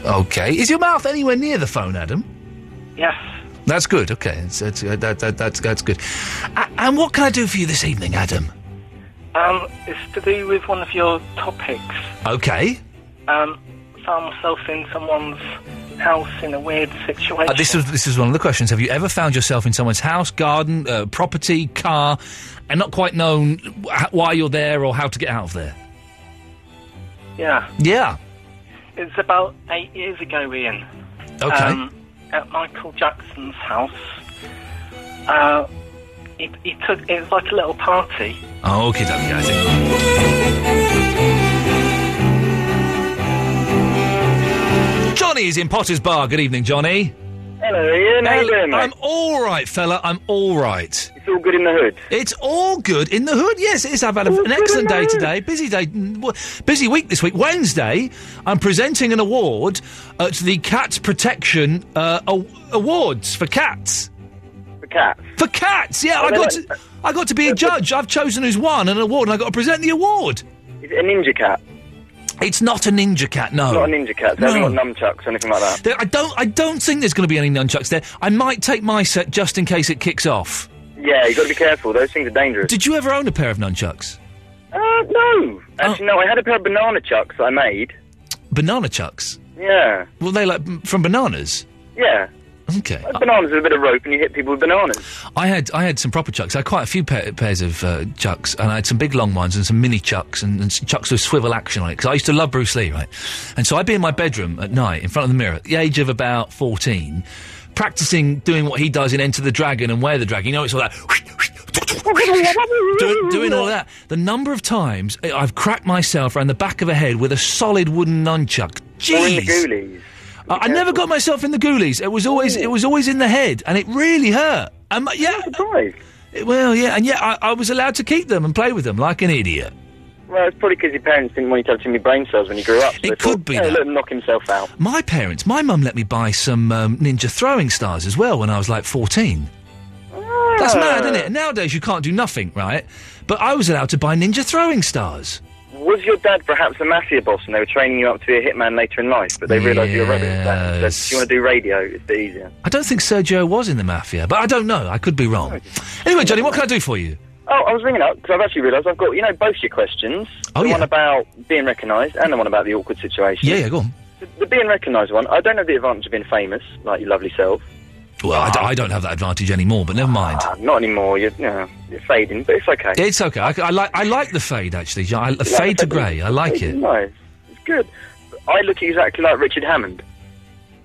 Speaker 4: Okay. Is your mouth anywhere near the phone, Adam?
Speaker 17: Yes.
Speaker 4: That's good. Okay, that's, that's, uh, that, that, that's, that's good. A- and what can I do for you this evening, Adam?
Speaker 17: Um, it's to do with one of your topics.
Speaker 4: Okay.
Speaker 17: Um, found myself in someone's house in a weird situation.
Speaker 4: Uh, this is this is one of the questions. Have you ever found yourself in someone's house, garden, uh, property, car, and not quite known wh- why you're there or how to get out of there?
Speaker 17: Yeah.
Speaker 4: Yeah.
Speaker 17: It's about eight years ago, Ian.
Speaker 4: Okay.
Speaker 17: Um, at Michael Jackson's house. Uh, he, he took. It was like a little party.
Speaker 4: Oh, okay, dokie, I think. Johnny is in Potter's Bar. Good evening, Johnny.
Speaker 18: Hello, Ian. How you
Speaker 4: Hello.
Speaker 18: doing, mate?
Speaker 4: I'm all right, fella. I'm all right.
Speaker 18: It's all good in the hood.
Speaker 4: It's all good in the hood. Yes, it is. I've had a- an excellent day today. Busy day, mm, w- busy week this week. Wednesday, I'm presenting an award at the Cat Protection uh, Aw- Awards for cats.
Speaker 18: For cats.
Speaker 4: For cats. Yeah,
Speaker 18: Oh,
Speaker 4: I
Speaker 18: they
Speaker 4: got
Speaker 18: like-
Speaker 4: to, I got to be a judge. I've chosen who's won an award, and I got to present the award.
Speaker 18: Is it a ninja cat?
Speaker 4: It's not a ninja cat. No,
Speaker 18: Not a ninja cat. They
Speaker 4: No.
Speaker 18: haven't got nunchucks or anything like that.
Speaker 4: There, I don't. I don't think there's going to be any nunchucks there. I might take my set just in case it kicks off.
Speaker 18: Yeah, you got to be careful. Those things are dangerous.
Speaker 4: Did you ever own a pair of nunchucks?
Speaker 18: Uh, no. Actually,
Speaker 4: Oh.
Speaker 18: no. I had a pair of banana chucks that I made.
Speaker 4: Banana chucks.
Speaker 18: Yeah.
Speaker 4: Well, they like b- from bananas.
Speaker 18: Yeah.
Speaker 4: Okay.
Speaker 18: Like bananas with a bit of rope and you hit people with bananas.
Speaker 4: I had I had some proper chucks. I had quite a few pa- pairs of uh, chucks, and I had some big long ones and some mini chucks and, and s- chucks with swivel action on it. Because I used to love Bruce Lee, right? And so I'd be in my bedroom at night in front of the mirror at the age of about fourteen, practicing doing what he does in Enter the Dragon and Where the Dragon. You know, it's all that. doing, doing all that. The number of times I- I've cracked myself around the back of a head with a solid wooden nunchuck.
Speaker 18: Or in the
Speaker 4: Jeez.
Speaker 18: Ghoulies.
Speaker 4: I, I never got myself in the ghoulies. It was always it was always in the head, and it really hurt. Um, yeah, It- well, yeah, and yeah, I, I was allowed to keep them and play with them like an idiot.
Speaker 18: Well, it's probably because your parents didn't want you to have too many brain cells when you grew up. So it could
Speaker 4: be
Speaker 18: Yeah,
Speaker 4: that.
Speaker 18: let him knock himself out.
Speaker 4: My parents, my mum let me buy some um, ninja throwing stars as well when I was like 14.
Speaker 18: Ah.
Speaker 4: That's mad, isn't it? Nowadays you can't do nothing, right? But I was allowed to buy ninja throwing stars.
Speaker 18: Was your dad perhaps a mafia boss and they were training you up to be a hitman later in life, but they realised you were rubbish at that? and
Speaker 4: Yes.
Speaker 18: said, Do you want to do radio? It's a bit easier.
Speaker 4: I don't think Sergio was in the mafia, but I don't know. I could be wrong. Anyway, Johnny, what can I do for you?
Speaker 18: Oh, I was ringing up because I've actually realised I've got, you know, both your questions.
Speaker 4: Oh,
Speaker 18: the
Speaker 4: yeah.
Speaker 18: one about being recognised and the one about the awkward situation.
Speaker 4: Yeah, yeah, go on.
Speaker 18: The being recognised one, I don't have the advantage of being famous, like your lovely self.
Speaker 4: Well, I d- I don't have that advantage anymore, but never mind.
Speaker 18: Ah, not anymore. You're, you know, you're fading, but it's okay.
Speaker 4: It's okay. I, c- I like I like the fade actually. Jo- I, the
Speaker 18: Yeah,
Speaker 4: fade to
Speaker 18: but-
Speaker 4: grey. I like
Speaker 18: it's
Speaker 4: it.
Speaker 18: Nice. It's good. I look exactly like Richard Hammond.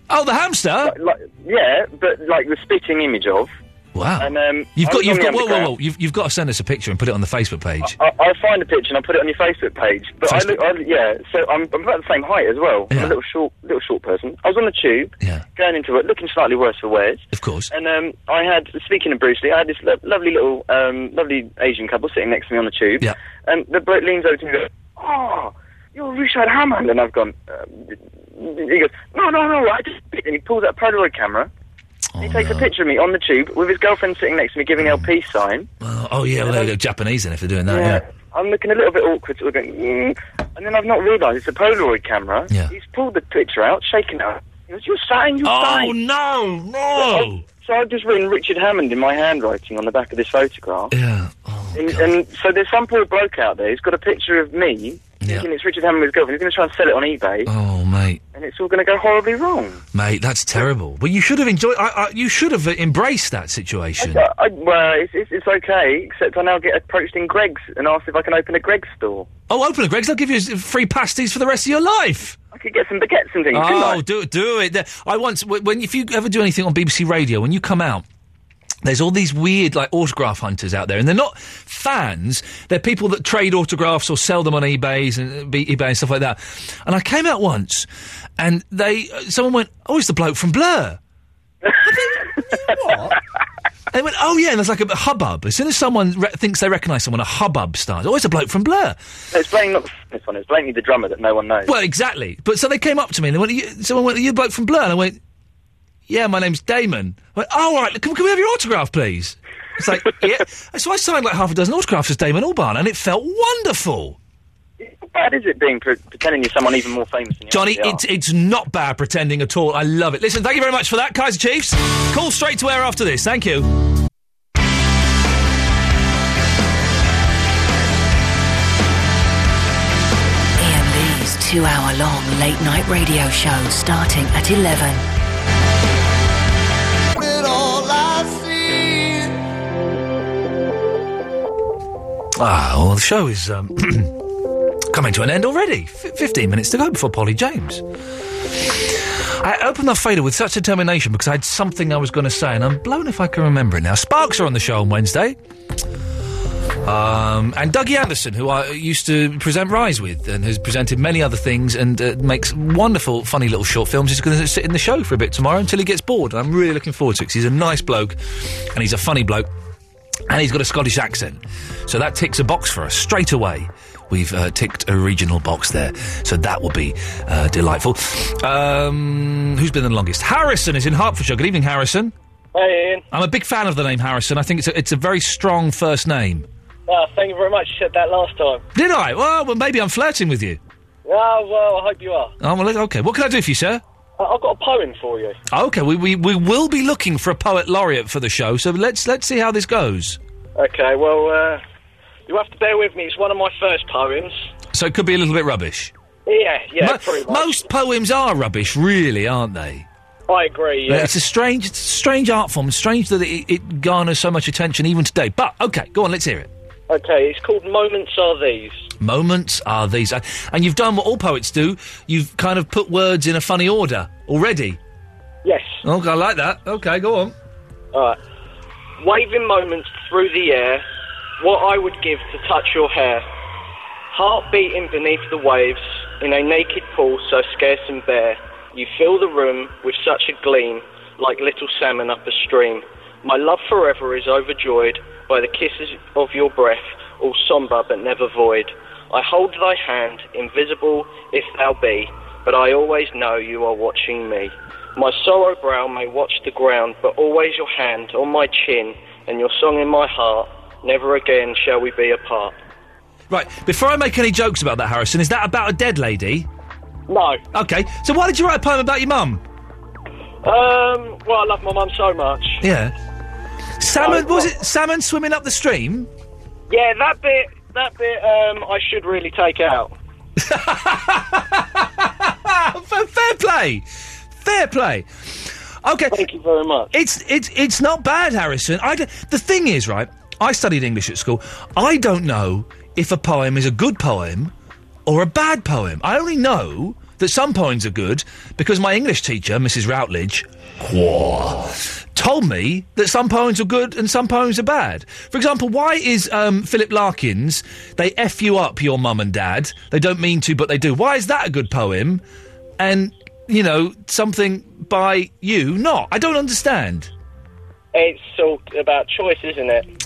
Speaker 4: Oh, the hamster?
Speaker 18: Like, like- yeah, but like the spitting image of.
Speaker 4: Wow.
Speaker 18: And um,
Speaker 4: You've
Speaker 18: I
Speaker 4: got
Speaker 18: was
Speaker 4: you've
Speaker 18: on the Uh,
Speaker 4: got whoa whoa
Speaker 18: Underground.
Speaker 4: whoa. You've, you've got to send us a picture and put it on the Facebook page.
Speaker 18: I, I'll find a picture and I'll put it on your Facebook page. But I look, I, look- yeah, so I'm, I'm about the same height as well. I'm a little short, little short person. I was on the tube, going into work, looking slightly worse for wears.
Speaker 4: Of course.
Speaker 18: And um, I had, speaking of Bruce Lee, I had this lo- lovely little, um, lovely Asian couple sitting next to me on the tube.
Speaker 4: Yeah.
Speaker 18: And the bloke leans over to me and goes, Oh, you're Richard Hammond. And I've gone, um, he goes, No, no, no, I just. And he pulls out a Polaroid camera. and
Speaker 4: Oh,
Speaker 18: he takes a picture of me on the tube with his girlfriend sitting next to me
Speaker 4: Mm.
Speaker 18: giving her peace sign.
Speaker 4: Oh, oh, yeah, well they're Japanese then if they're doing that.
Speaker 18: Yeah.
Speaker 4: Yeah.
Speaker 18: I'm looking a little bit awkward, sort of going, mm. and then I've not realised it's a Polaroid camera.
Speaker 4: Yeah.
Speaker 18: He's pulled the picture out, shaken it. He goes, "You're sign, you're
Speaker 4: Oh,
Speaker 18: sign."
Speaker 4: no, no!
Speaker 18: So I've just written Richard Hammond in my handwriting on the back of this photograph.
Speaker 4: Yeah. Oh,
Speaker 18: and, and so there's some poor bloke out there who's got a picture of me thinking it's Richard Hammond with his girlfriend. He's going to try and sell it on eBay,
Speaker 4: Oh mate,
Speaker 18: and it's all going to go horribly wrong.
Speaker 4: mate, that's terrible. Well, you should have enjoyed. I, I, you should have embraced that situation.
Speaker 18: I, I- well, it's, it's, it's okay, except I now get approached in Greg's and asked if I can open a Greg's store.
Speaker 4: Oh, open it, Greg's. They'll give you s- free pasties for the rest of your life.
Speaker 18: I could get some baguettes and things. couldn't I?
Speaker 4: Oh, do it, do it. There- I once, wh- when if you ever do anything on BBC Radio, when you come out. There's all these weird, like, autograph hunters out there, and they're not fans. They're people that trade autographs or sell them on eBay's and uh, be- eBay and stuff like that. And I came out once, and they, uh, someone went, "Oh, it's the bloke from Blur." And they went, oh yeah, and there's like a hubbub. As soon as someone re- thinks they recognise someone, a hubbub starts. Oh, it's a bloke from Blur.
Speaker 18: No, it's blatantly not this one. It's blatantly the drummer that no one knows.
Speaker 4: Well, exactly. But so they came up to me and they went, are you, someone went, are you a bloke from Blur? And I went, yeah, my name's Damon. I went, oh, all right, can, can we have your autograph, please? It's like, yeah. So I signed like half a dozen autographs as Damon Albarn and it felt wonderful.
Speaker 18: How bad is it being pre- pretending you're someone even more famous than you
Speaker 4: Johnny,
Speaker 18: actually are?
Speaker 4: it's, it's not bad pretending at all. I love it. Listen, thank you very much for that, Kaiser Chiefs. Call straight to air after this. Thank you.
Speaker 3: Ian Lee's two hour long late night radio show starting at 11.
Speaker 4: Ah, well, the show is um, coming to an end already. F- 15 minutes to go before Polly James. I opened that fader with such determination because I had something I was going to say, and I'm blown if I can remember it now. Sparks are on the show on Wednesday. Um, and Dougie Anderson, who I used to present Rise with and has presented many other things and uh, makes wonderful, funny little short films, is going to sit in the show for a bit tomorrow until he gets bored. And I'm really looking forward to it 'cause he's a nice bloke and he's a funny bloke and he's got a Scottish accent. So that ticks a box for us straight away. We've uh, ticked a regional box there, so that will be uh, delightful. Um, who's been the longest? Harrison is in Hertfordshire. Good evening, Harrison.
Speaker 15: Hey, Ian.
Speaker 4: I'm a big fan of the name Harrison. I think it's a, it's a very strong first name.
Speaker 15: Uh, thank you very much. You said that last time.
Speaker 4: Did I? Well, well maybe I'm flirting with you.
Speaker 15: Ah, well, I hope you are.
Speaker 4: Oh, well, okay. What can I do for you, sir? Oh,
Speaker 15: I- I've got a poem for you.
Speaker 4: Okay, we, we, we will be looking for a poet laureate for the show, so let's let's see how this goes.
Speaker 15: Okay, well, uh, you have to bear with me. It's one of my first poems.
Speaker 4: So it could be a little bit rubbish.
Speaker 15: Yeah, yeah,
Speaker 4: Mo-
Speaker 15: pretty much.
Speaker 4: most poems are rubbish, really, aren't they?
Speaker 15: I agree, yeah.
Speaker 4: It's a strange, it's a strange art form. Strange that it, it garners so much attention even today. But okay, go on, let's hear it.
Speaker 15: Okay, it's called Moments Are These.
Speaker 4: Moments are these, Uh, and you've done what all poets do. You've kind of put words in a funny order already.
Speaker 15: Yes.
Speaker 4: Okay, I like that. Okay, go on.
Speaker 15: Alright. Waving moments through the air, what I would give to touch your hair. Heart beating beneath the waves, in a naked pool so scarce and bare. You fill the room with such a gleam, like little salmon up a stream. My love forever is overjoyed by the kisses of your breath, all sombre but never void. I hold thy hand, invisible if thou be, but I always know you are watching me. My sorrow brow may watch the ground, but always your hand on my chin, and your song in my heart. Never again shall we be apart.
Speaker 4: Right, before I make any jokes about that, Harrison, is that about a dead lady?
Speaker 15: No.
Speaker 4: Okay, so why did you write a poem about your mum?
Speaker 15: Um, well, I love my mum so much.
Speaker 4: Yeah. Salmon, was it salmon swimming up the stream?
Speaker 15: Yeah, that bit, that bit, um, I should really take out.
Speaker 4: Fair fair play. Fair play. Okay. Thank
Speaker 15: you very much.
Speaker 4: It's it's it's not bad, Harrison. I d- the thing is, right? I studied English at school. I don't know if a poem is a good poem or a bad poem. I only know that some poems are good because my English teacher, Mrs. Routledge, Quah, told me that some poems are good and some poems are bad. For example, why is um, Philip Larkin's "They f you up, your mum and dad"? They don't mean to, but they do. Why is that a good poem? And you know something by you not? I don't understand.
Speaker 15: It's all about choice, isn't it?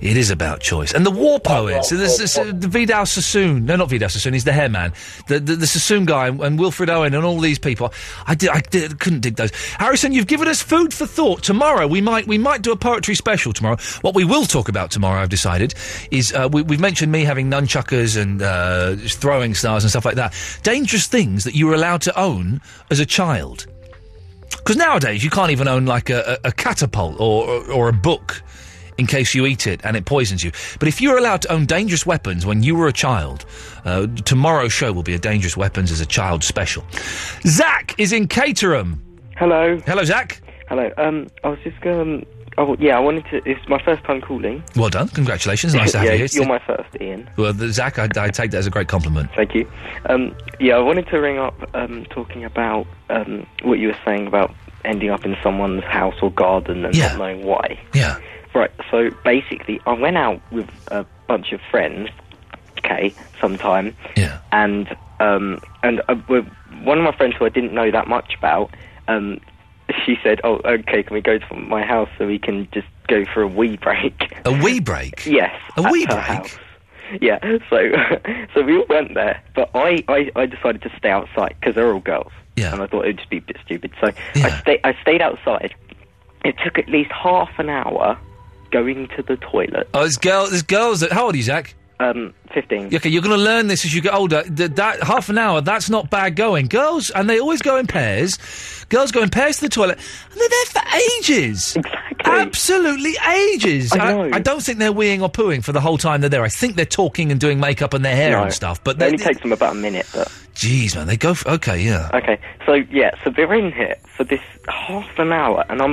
Speaker 4: It is about choice. And the war poets, and this, this, uh, the Vidal Sassoon, no, not Vidal Sassoon, he's the hair man, the, the, the Sassoon guy, and, and Wilfred Owen, and all these people. I, did, I did, couldn't dig those. Harrison, you've given us food for thought. Tomorrow, we might, we might do a poetry special tomorrow. What we will talk about tomorrow, I've decided, is uh, we, we've mentioned me having nunchuckers and uh, throwing stars and stuff like that. Dangerous things that you were allowed to own as a child. Because nowadays, you can't even own like a, a, a catapult or, or, or a book in case you eat it and it poisons you. But if you're allowed to own dangerous weapons when you were a child, uh, tomorrow's show will be a dangerous weapons as a child special. Zach is in Caterham.
Speaker 19: Hello.
Speaker 4: Hello, Zach.
Speaker 19: Hello. Um, I was just going. Oh, yeah. I wanted to. It's my first time calling.
Speaker 4: Well done. Congratulations. Nice to have
Speaker 19: yeah,
Speaker 4: you here.
Speaker 19: You're my first, Ian.
Speaker 4: Well, th- Zach, I, I take that as a great compliment.
Speaker 19: Thank you. Um, yeah, I wanted to ring up um, talking about um, what you were saying about ending up in someone's house or garden and
Speaker 4: Yeah.
Speaker 19: not knowing why.
Speaker 4: Yeah.
Speaker 19: Right, so basically, I went out with a bunch of friends, okay, sometime.
Speaker 4: Yeah.
Speaker 19: And um, and uh, with one of my friends who I didn't know that much about, um, she said, "Oh, okay, can we go to my house so we can just go for a wee break?"
Speaker 4: A wee break.
Speaker 19: Yes.
Speaker 4: A
Speaker 19: at
Speaker 4: wee
Speaker 19: her
Speaker 4: break?
Speaker 19: house. Yeah. So so we all went there, but I I, I decided to stay outside because they're all girls.
Speaker 4: Yeah.
Speaker 19: And I thought it would just be a bit stupid, so I stay I stayed outside. It took at least half an hour going to the toilet.
Speaker 4: Oh, there's, girl, there's girls that. How old are you, Zach?
Speaker 19: Um, 15.
Speaker 4: Okay, you're going to learn this as you get older. That, that half an hour, that's not bad going. Girls, and they always go in pairs. Girls go in pairs to the toilet, and they're there for ages. Exactly. Absolutely ages.
Speaker 19: I know.
Speaker 4: I don't think they're weeing or pooing for the whole time they're there. I think they're talking and doing makeup and their hair
Speaker 19: No.
Speaker 4: and stuff. But
Speaker 19: It
Speaker 4: they,
Speaker 19: only takes them about a minute, but.
Speaker 4: Jeez, man, they go. For, okay, yeah.
Speaker 19: Okay, so yeah, so they're in here for this half an hour, and I'm,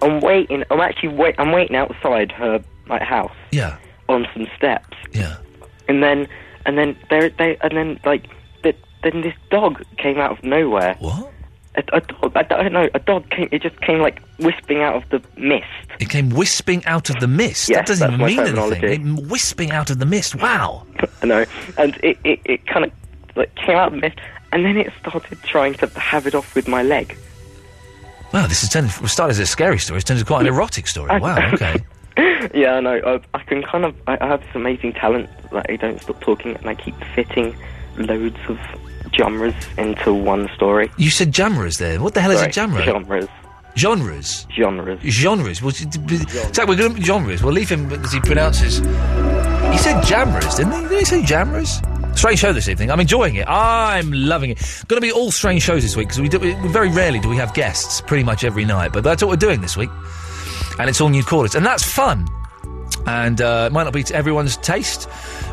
Speaker 19: I'm waiting. I'm actually wait. I'm waiting outside her like house.
Speaker 4: Yeah.
Speaker 19: On some steps.
Speaker 4: Yeah.
Speaker 19: And then, and then there, they, and then like, th- then this dog came out of nowhere.
Speaker 4: What?
Speaker 19: A, a dog. I don't know. A dog came. It just came like wisping out of the mist.
Speaker 4: It came wisping out of the mist.
Speaker 19: Yes,
Speaker 4: that doesn't
Speaker 19: that's my
Speaker 4: even mean anything.
Speaker 19: terminology.
Speaker 4: It- wisping out of the mist. Wow.
Speaker 19: I know. And it, it, it kind of like came out of the mist, and then it started trying to have it off with my leg.
Speaker 4: Wow, this is turning. It started as a scary story. It's turned into quite an erotic story. Wow. Okay.
Speaker 19: yeah, I know. I, I can kind of. I, I have this amazing talent that I don't stop talking, and I keep fitting loads of genres into one story.
Speaker 4: You said genres there. What the hell is a
Speaker 19: Sorry,
Speaker 4: genre?
Speaker 19: Genres.
Speaker 4: Genres.
Speaker 19: Genres.
Speaker 4: Genres. Well, d- d- Zach, we're going to genres. We'll leave him as he pronounces. He said genres, didn't he? Did he say genres? Strange show this evening. I'm enjoying it. I'm loving it. Going to be all strange shows this week because we, do- we very rarely do we have guests. Pretty much every night, but that's what we're doing this week, and it's all new callers, and that's fun. And uh, it might not be to everyone's taste,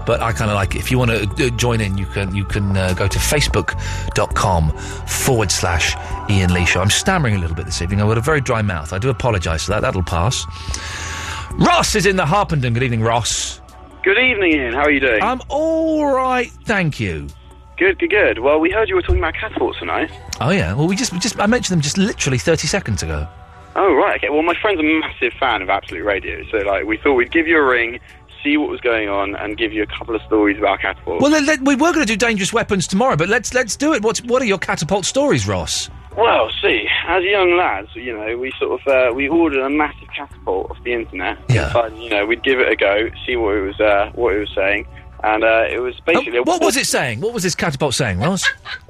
Speaker 4: but I kind of like it. If you want to uh, join in, you can you can uh, go to facebook.com forward slash Ian Lee Show. I'm stammering a little bit this evening. I've got a very dry mouth. I do apologise for that. That'll pass. Ross is in the Harpenden. Good evening, Ross.
Speaker 20: Good evening, Ian. How are you doing?
Speaker 4: I'm all right, thank you.
Speaker 20: Good, good, good. Well, we heard you were talking about catapults tonight.
Speaker 4: Oh yeah. Well, we just we just I mentioned them just literally 30 seconds ago.
Speaker 20: Oh, right, okay. Well, my friend's a massive fan of Absolute Radio, so, like, we thought we'd give you a ring, see what was going on, and give you a couple of stories about catapults.
Speaker 4: Well, let, let- we were going to do dangerous weapons tomorrow, but let's let's do it. What's what are your catapult stories, Ross?
Speaker 20: Well, see, as young lads, you know, we sort of uh, we ordered a massive catapult off the internet.
Speaker 4: Yeah.
Speaker 20: But, you know, we'd give it a go, see what it was uh, what it was saying, and uh, it was basically a-
Speaker 4: Oh, What was it saying? What was this catapult saying, Ross?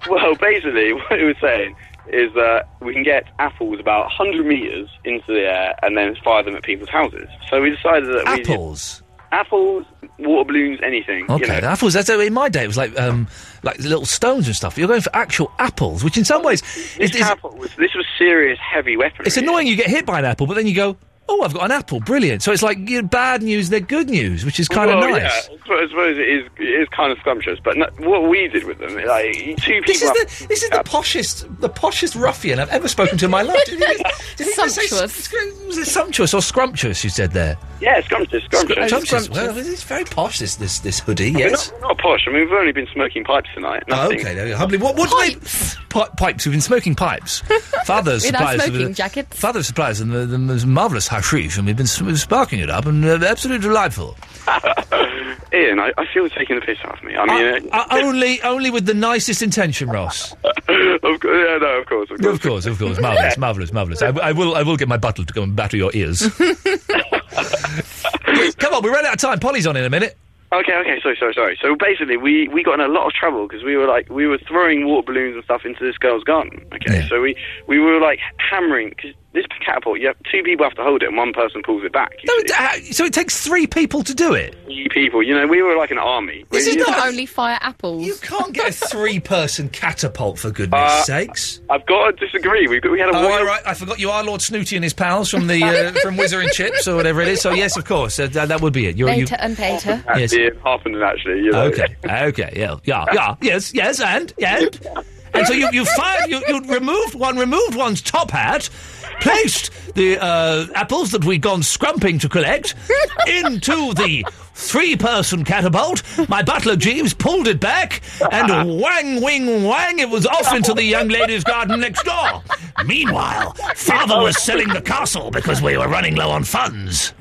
Speaker 20: Well, basically, what it was saying is that we can get apples about 100 meters into the air and then fire them at people's houses. So we decided that we
Speaker 4: apples,
Speaker 20: apples, water balloons, anything. you
Speaker 4: Okay,
Speaker 20: know.
Speaker 4: apples. That's in my day. It was like um, like little stones and stuff. You're going for actual apples, which in some ways
Speaker 20: This
Speaker 4: is, is,
Speaker 20: apple was this was serious heavy weaponry.
Speaker 4: it's annoying. You get hit by an apple, but then you go, "Oh, I've got an apple, brilliant!" So it's like you know, bad news, they're good news, which is kind of
Speaker 20: Well,
Speaker 4: nice.
Speaker 20: Yeah, I suppose- I suppose it is, it is kind of scrumptious, but no, what we did with them, like two people.
Speaker 4: This is
Speaker 20: up-
Speaker 4: the this is the poshest the poshest ruffian I've ever spoken to in my life. Did he, did he just say
Speaker 8: Sumptuous.
Speaker 4: Was it sumptuous or scrumptious? You said there.
Speaker 20: yeah, scrumptious, scrumptious.
Speaker 4: Sumptuous. Well, it's very posh. This this this hoodie.
Speaker 20: We're
Speaker 4: Yes.
Speaker 20: not, we're not posh. I mean, we've only been smoking pipes tonight.
Speaker 4: Oh,
Speaker 20: Nothing.
Speaker 4: okay. there we go. Humbly, what, what pipes? Pi- pipes. We've been smoking pipes. Father
Speaker 20: With our
Speaker 4: supplies.
Speaker 20: smoking
Speaker 8: jackets.
Speaker 4: Father supplies them the, the most marvelous hashish, and we've been sm- sparking it up, and uh, absolutely delightful.
Speaker 20: Ian, I, I feel you're taking the piss out of me. I mean,
Speaker 4: Uh, only, only with the nicest intention, Ross.
Speaker 20: uh, of course, yeah, no, of course, of course.
Speaker 4: Of course, of course, marvelous, marvelous, marvelous. I, w- I will, I will get my butler to go and batter your ears. Come on, we ran out of time. Polly's on in a minute.
Speaker 20: Okay, okay, sorry, sorry, sorry. So basically, we, we got in a lot of trouble because we were like we were throwing water balloons and stuff into this girl's garden. Okay, so we, we were like hammering because this catapult, you have, two people have to hold it and one person pulls it back.
Speaker 4: No, it- uh, so it takes three people to do it.
Speaker 20: You people, you know, we were like an army.
Speaker 8: This
Speaker 20: We-
Speaker 8: is not only fire apples. You
Speaker 4: can't get a three-person catapult for goodness'
Speaker 20: Uh,
Speaker 4: sakes.
Speaker 20: I've got to disagree. We we had a
Speaker 4: Oh,
Speaker 20: wild
Speaker 4: you're right. I forgot you are Lord Snooty and his pals from the uh, from Whizzer and Chips or whatever it is. So yes, of course, uh, that, that would be it. You're, you,
Speaker 8: Later and later.
Speaker 20: at
Speaker 4: Yes.
Speaker 20: the Harpenden, actually. You know.
Speaker 4: Okay. Okay. Yeah. Yeah. Yeah. Yes. Yes. And and and so you you fired you you removed one removed one's top hat, placed the uh, apples that we'd gone scrumping to collect into the three person catapult. My butler Jeeves pulled it back, and wang wing wang, it was off into the young lady's garden next door. Meanwhile, father was selling the castle because we were running low on funds.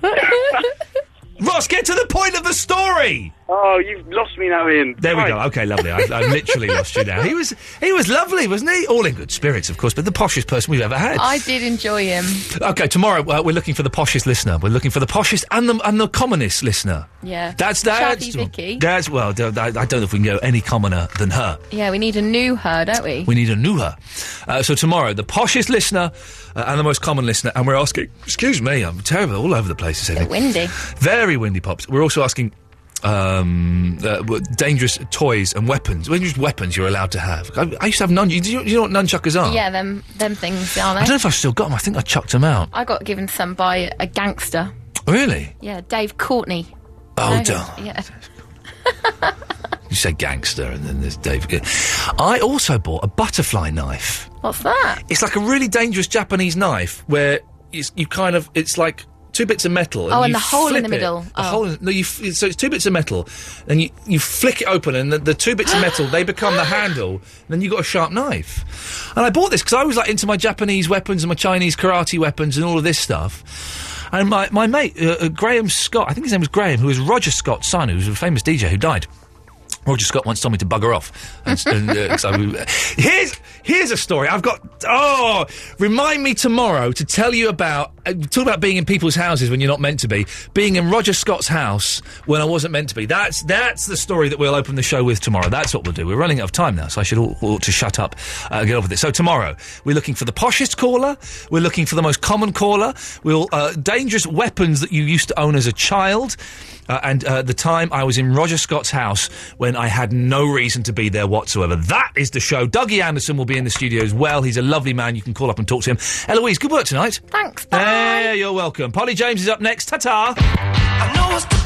Speaker 4: Ross, get to the point of the story.
Speaker 20: Oh, you've lost me now, Ian.
Speaker 4: There we go. Okay, lovely. I, I've literally lost you now. He was he was lovely, wasn't he? All in good spirits, of course, but the poshest person we've ever had.
Speaker 8: I did enjoy him.
Speaker 4: Okay, tomorrow uh, we're looking for the poshest listener. We're looking for the poshest and the and the commonest listener.
Speaker 8: Yeah.
Speaker 4: That's that's
Speaker 8: Sharpie Vicky.
Speaker 4: that's well. d- I I don't know if we can go any commoner than her.
Speaker 8: Yeah, we need a new her, don't we?
Speaker 4: We need a new her. Uh, so tomorrow, the poshest listener uh, and the most common listener, and we're asking. Excuse me, I'm terrible all over the place this evening.
Speaker 8: Windy.
Speaker 4: Very windy pops. We're also asking um, uh, w- dangerous toys and weapons. Dangerous weapons you're allowed to have. I, I used to have nunchucks. Do you, do you know what nunchuckers are?
Speaker 8: Yeah, them them things,
Speaker 4: Oh. I
Speaker 8: aren't
Speaker 4: don't know
Speaker 8: they?
Speaker 4: if I've still got them. I think I chucked them out.
Speaker 8: I got given some by a gangster.
Speaker 4: Really?
Speaker 8: Yeah, Dave Courtney.
Speaker 4: Oh,
Speaker 8: No,
Speaker 4: darn.
Speaker 8: Yeah.
Speaker 4: You say gangster, and then there's Dave. I also bought a butterfly knife.
Speaker 8: What's that?
Speaker 4: It's like a really dangerous Japanese knife where it's, you kind of it's like two bits of metal. And
Speaker 8: Oh, and
Speaker 4: you
Speaker 8: the hole in
Speaker 4: flip
Speaker 8: the
Speaker 4: it.
Speaker 8: middle.
Speaker 4: The
Speaker 8: Oh.
Speaker 4: hole in, no, you f- so it's two bits of metal, and you you flick it open, and the, the two bits of metal they become the handle. And then you got a sharp knife. And I bought this because I was like into my Japanese weapons and my Chinese karate weapons and all of this stuff. And my my mate uh, uh, Graham Scott, I think his name was Graham, who was Roger Scott's son, who was a famous DJ who died. Roger Scott once told me to bugger off. And, s- and, uh, so we- here's here's a story. I've got. Oh, remind me tomorrow to tell you about. Uh, talk about being in people's houses when you're not meant to be. Being in Roger Scott's house when I wasn't meant to be. That's that's the story that we'll open the show with tomorrow. That's what we'll do. We're running out of time now, so I should all, ought to shut up uh, get on with it. So tomorrow we're looking for the poshest caller. We're looking for the most common caller. We'll uh, dangerous weapons that you used to own as a child. Uh, and uh, the time I was in Roger Scott's house when I had no reason to be there whatsoever. That is the show. Dougie Anderson will be in the studio as well. He's a lovely man. You can call up and talk to him. Eloise, good work tonight.
Speaker 8: Thanks.
Speaker 4: Bye. you're welcome. Polly James is up next. Ta ta.
Speaker 16: I know it's the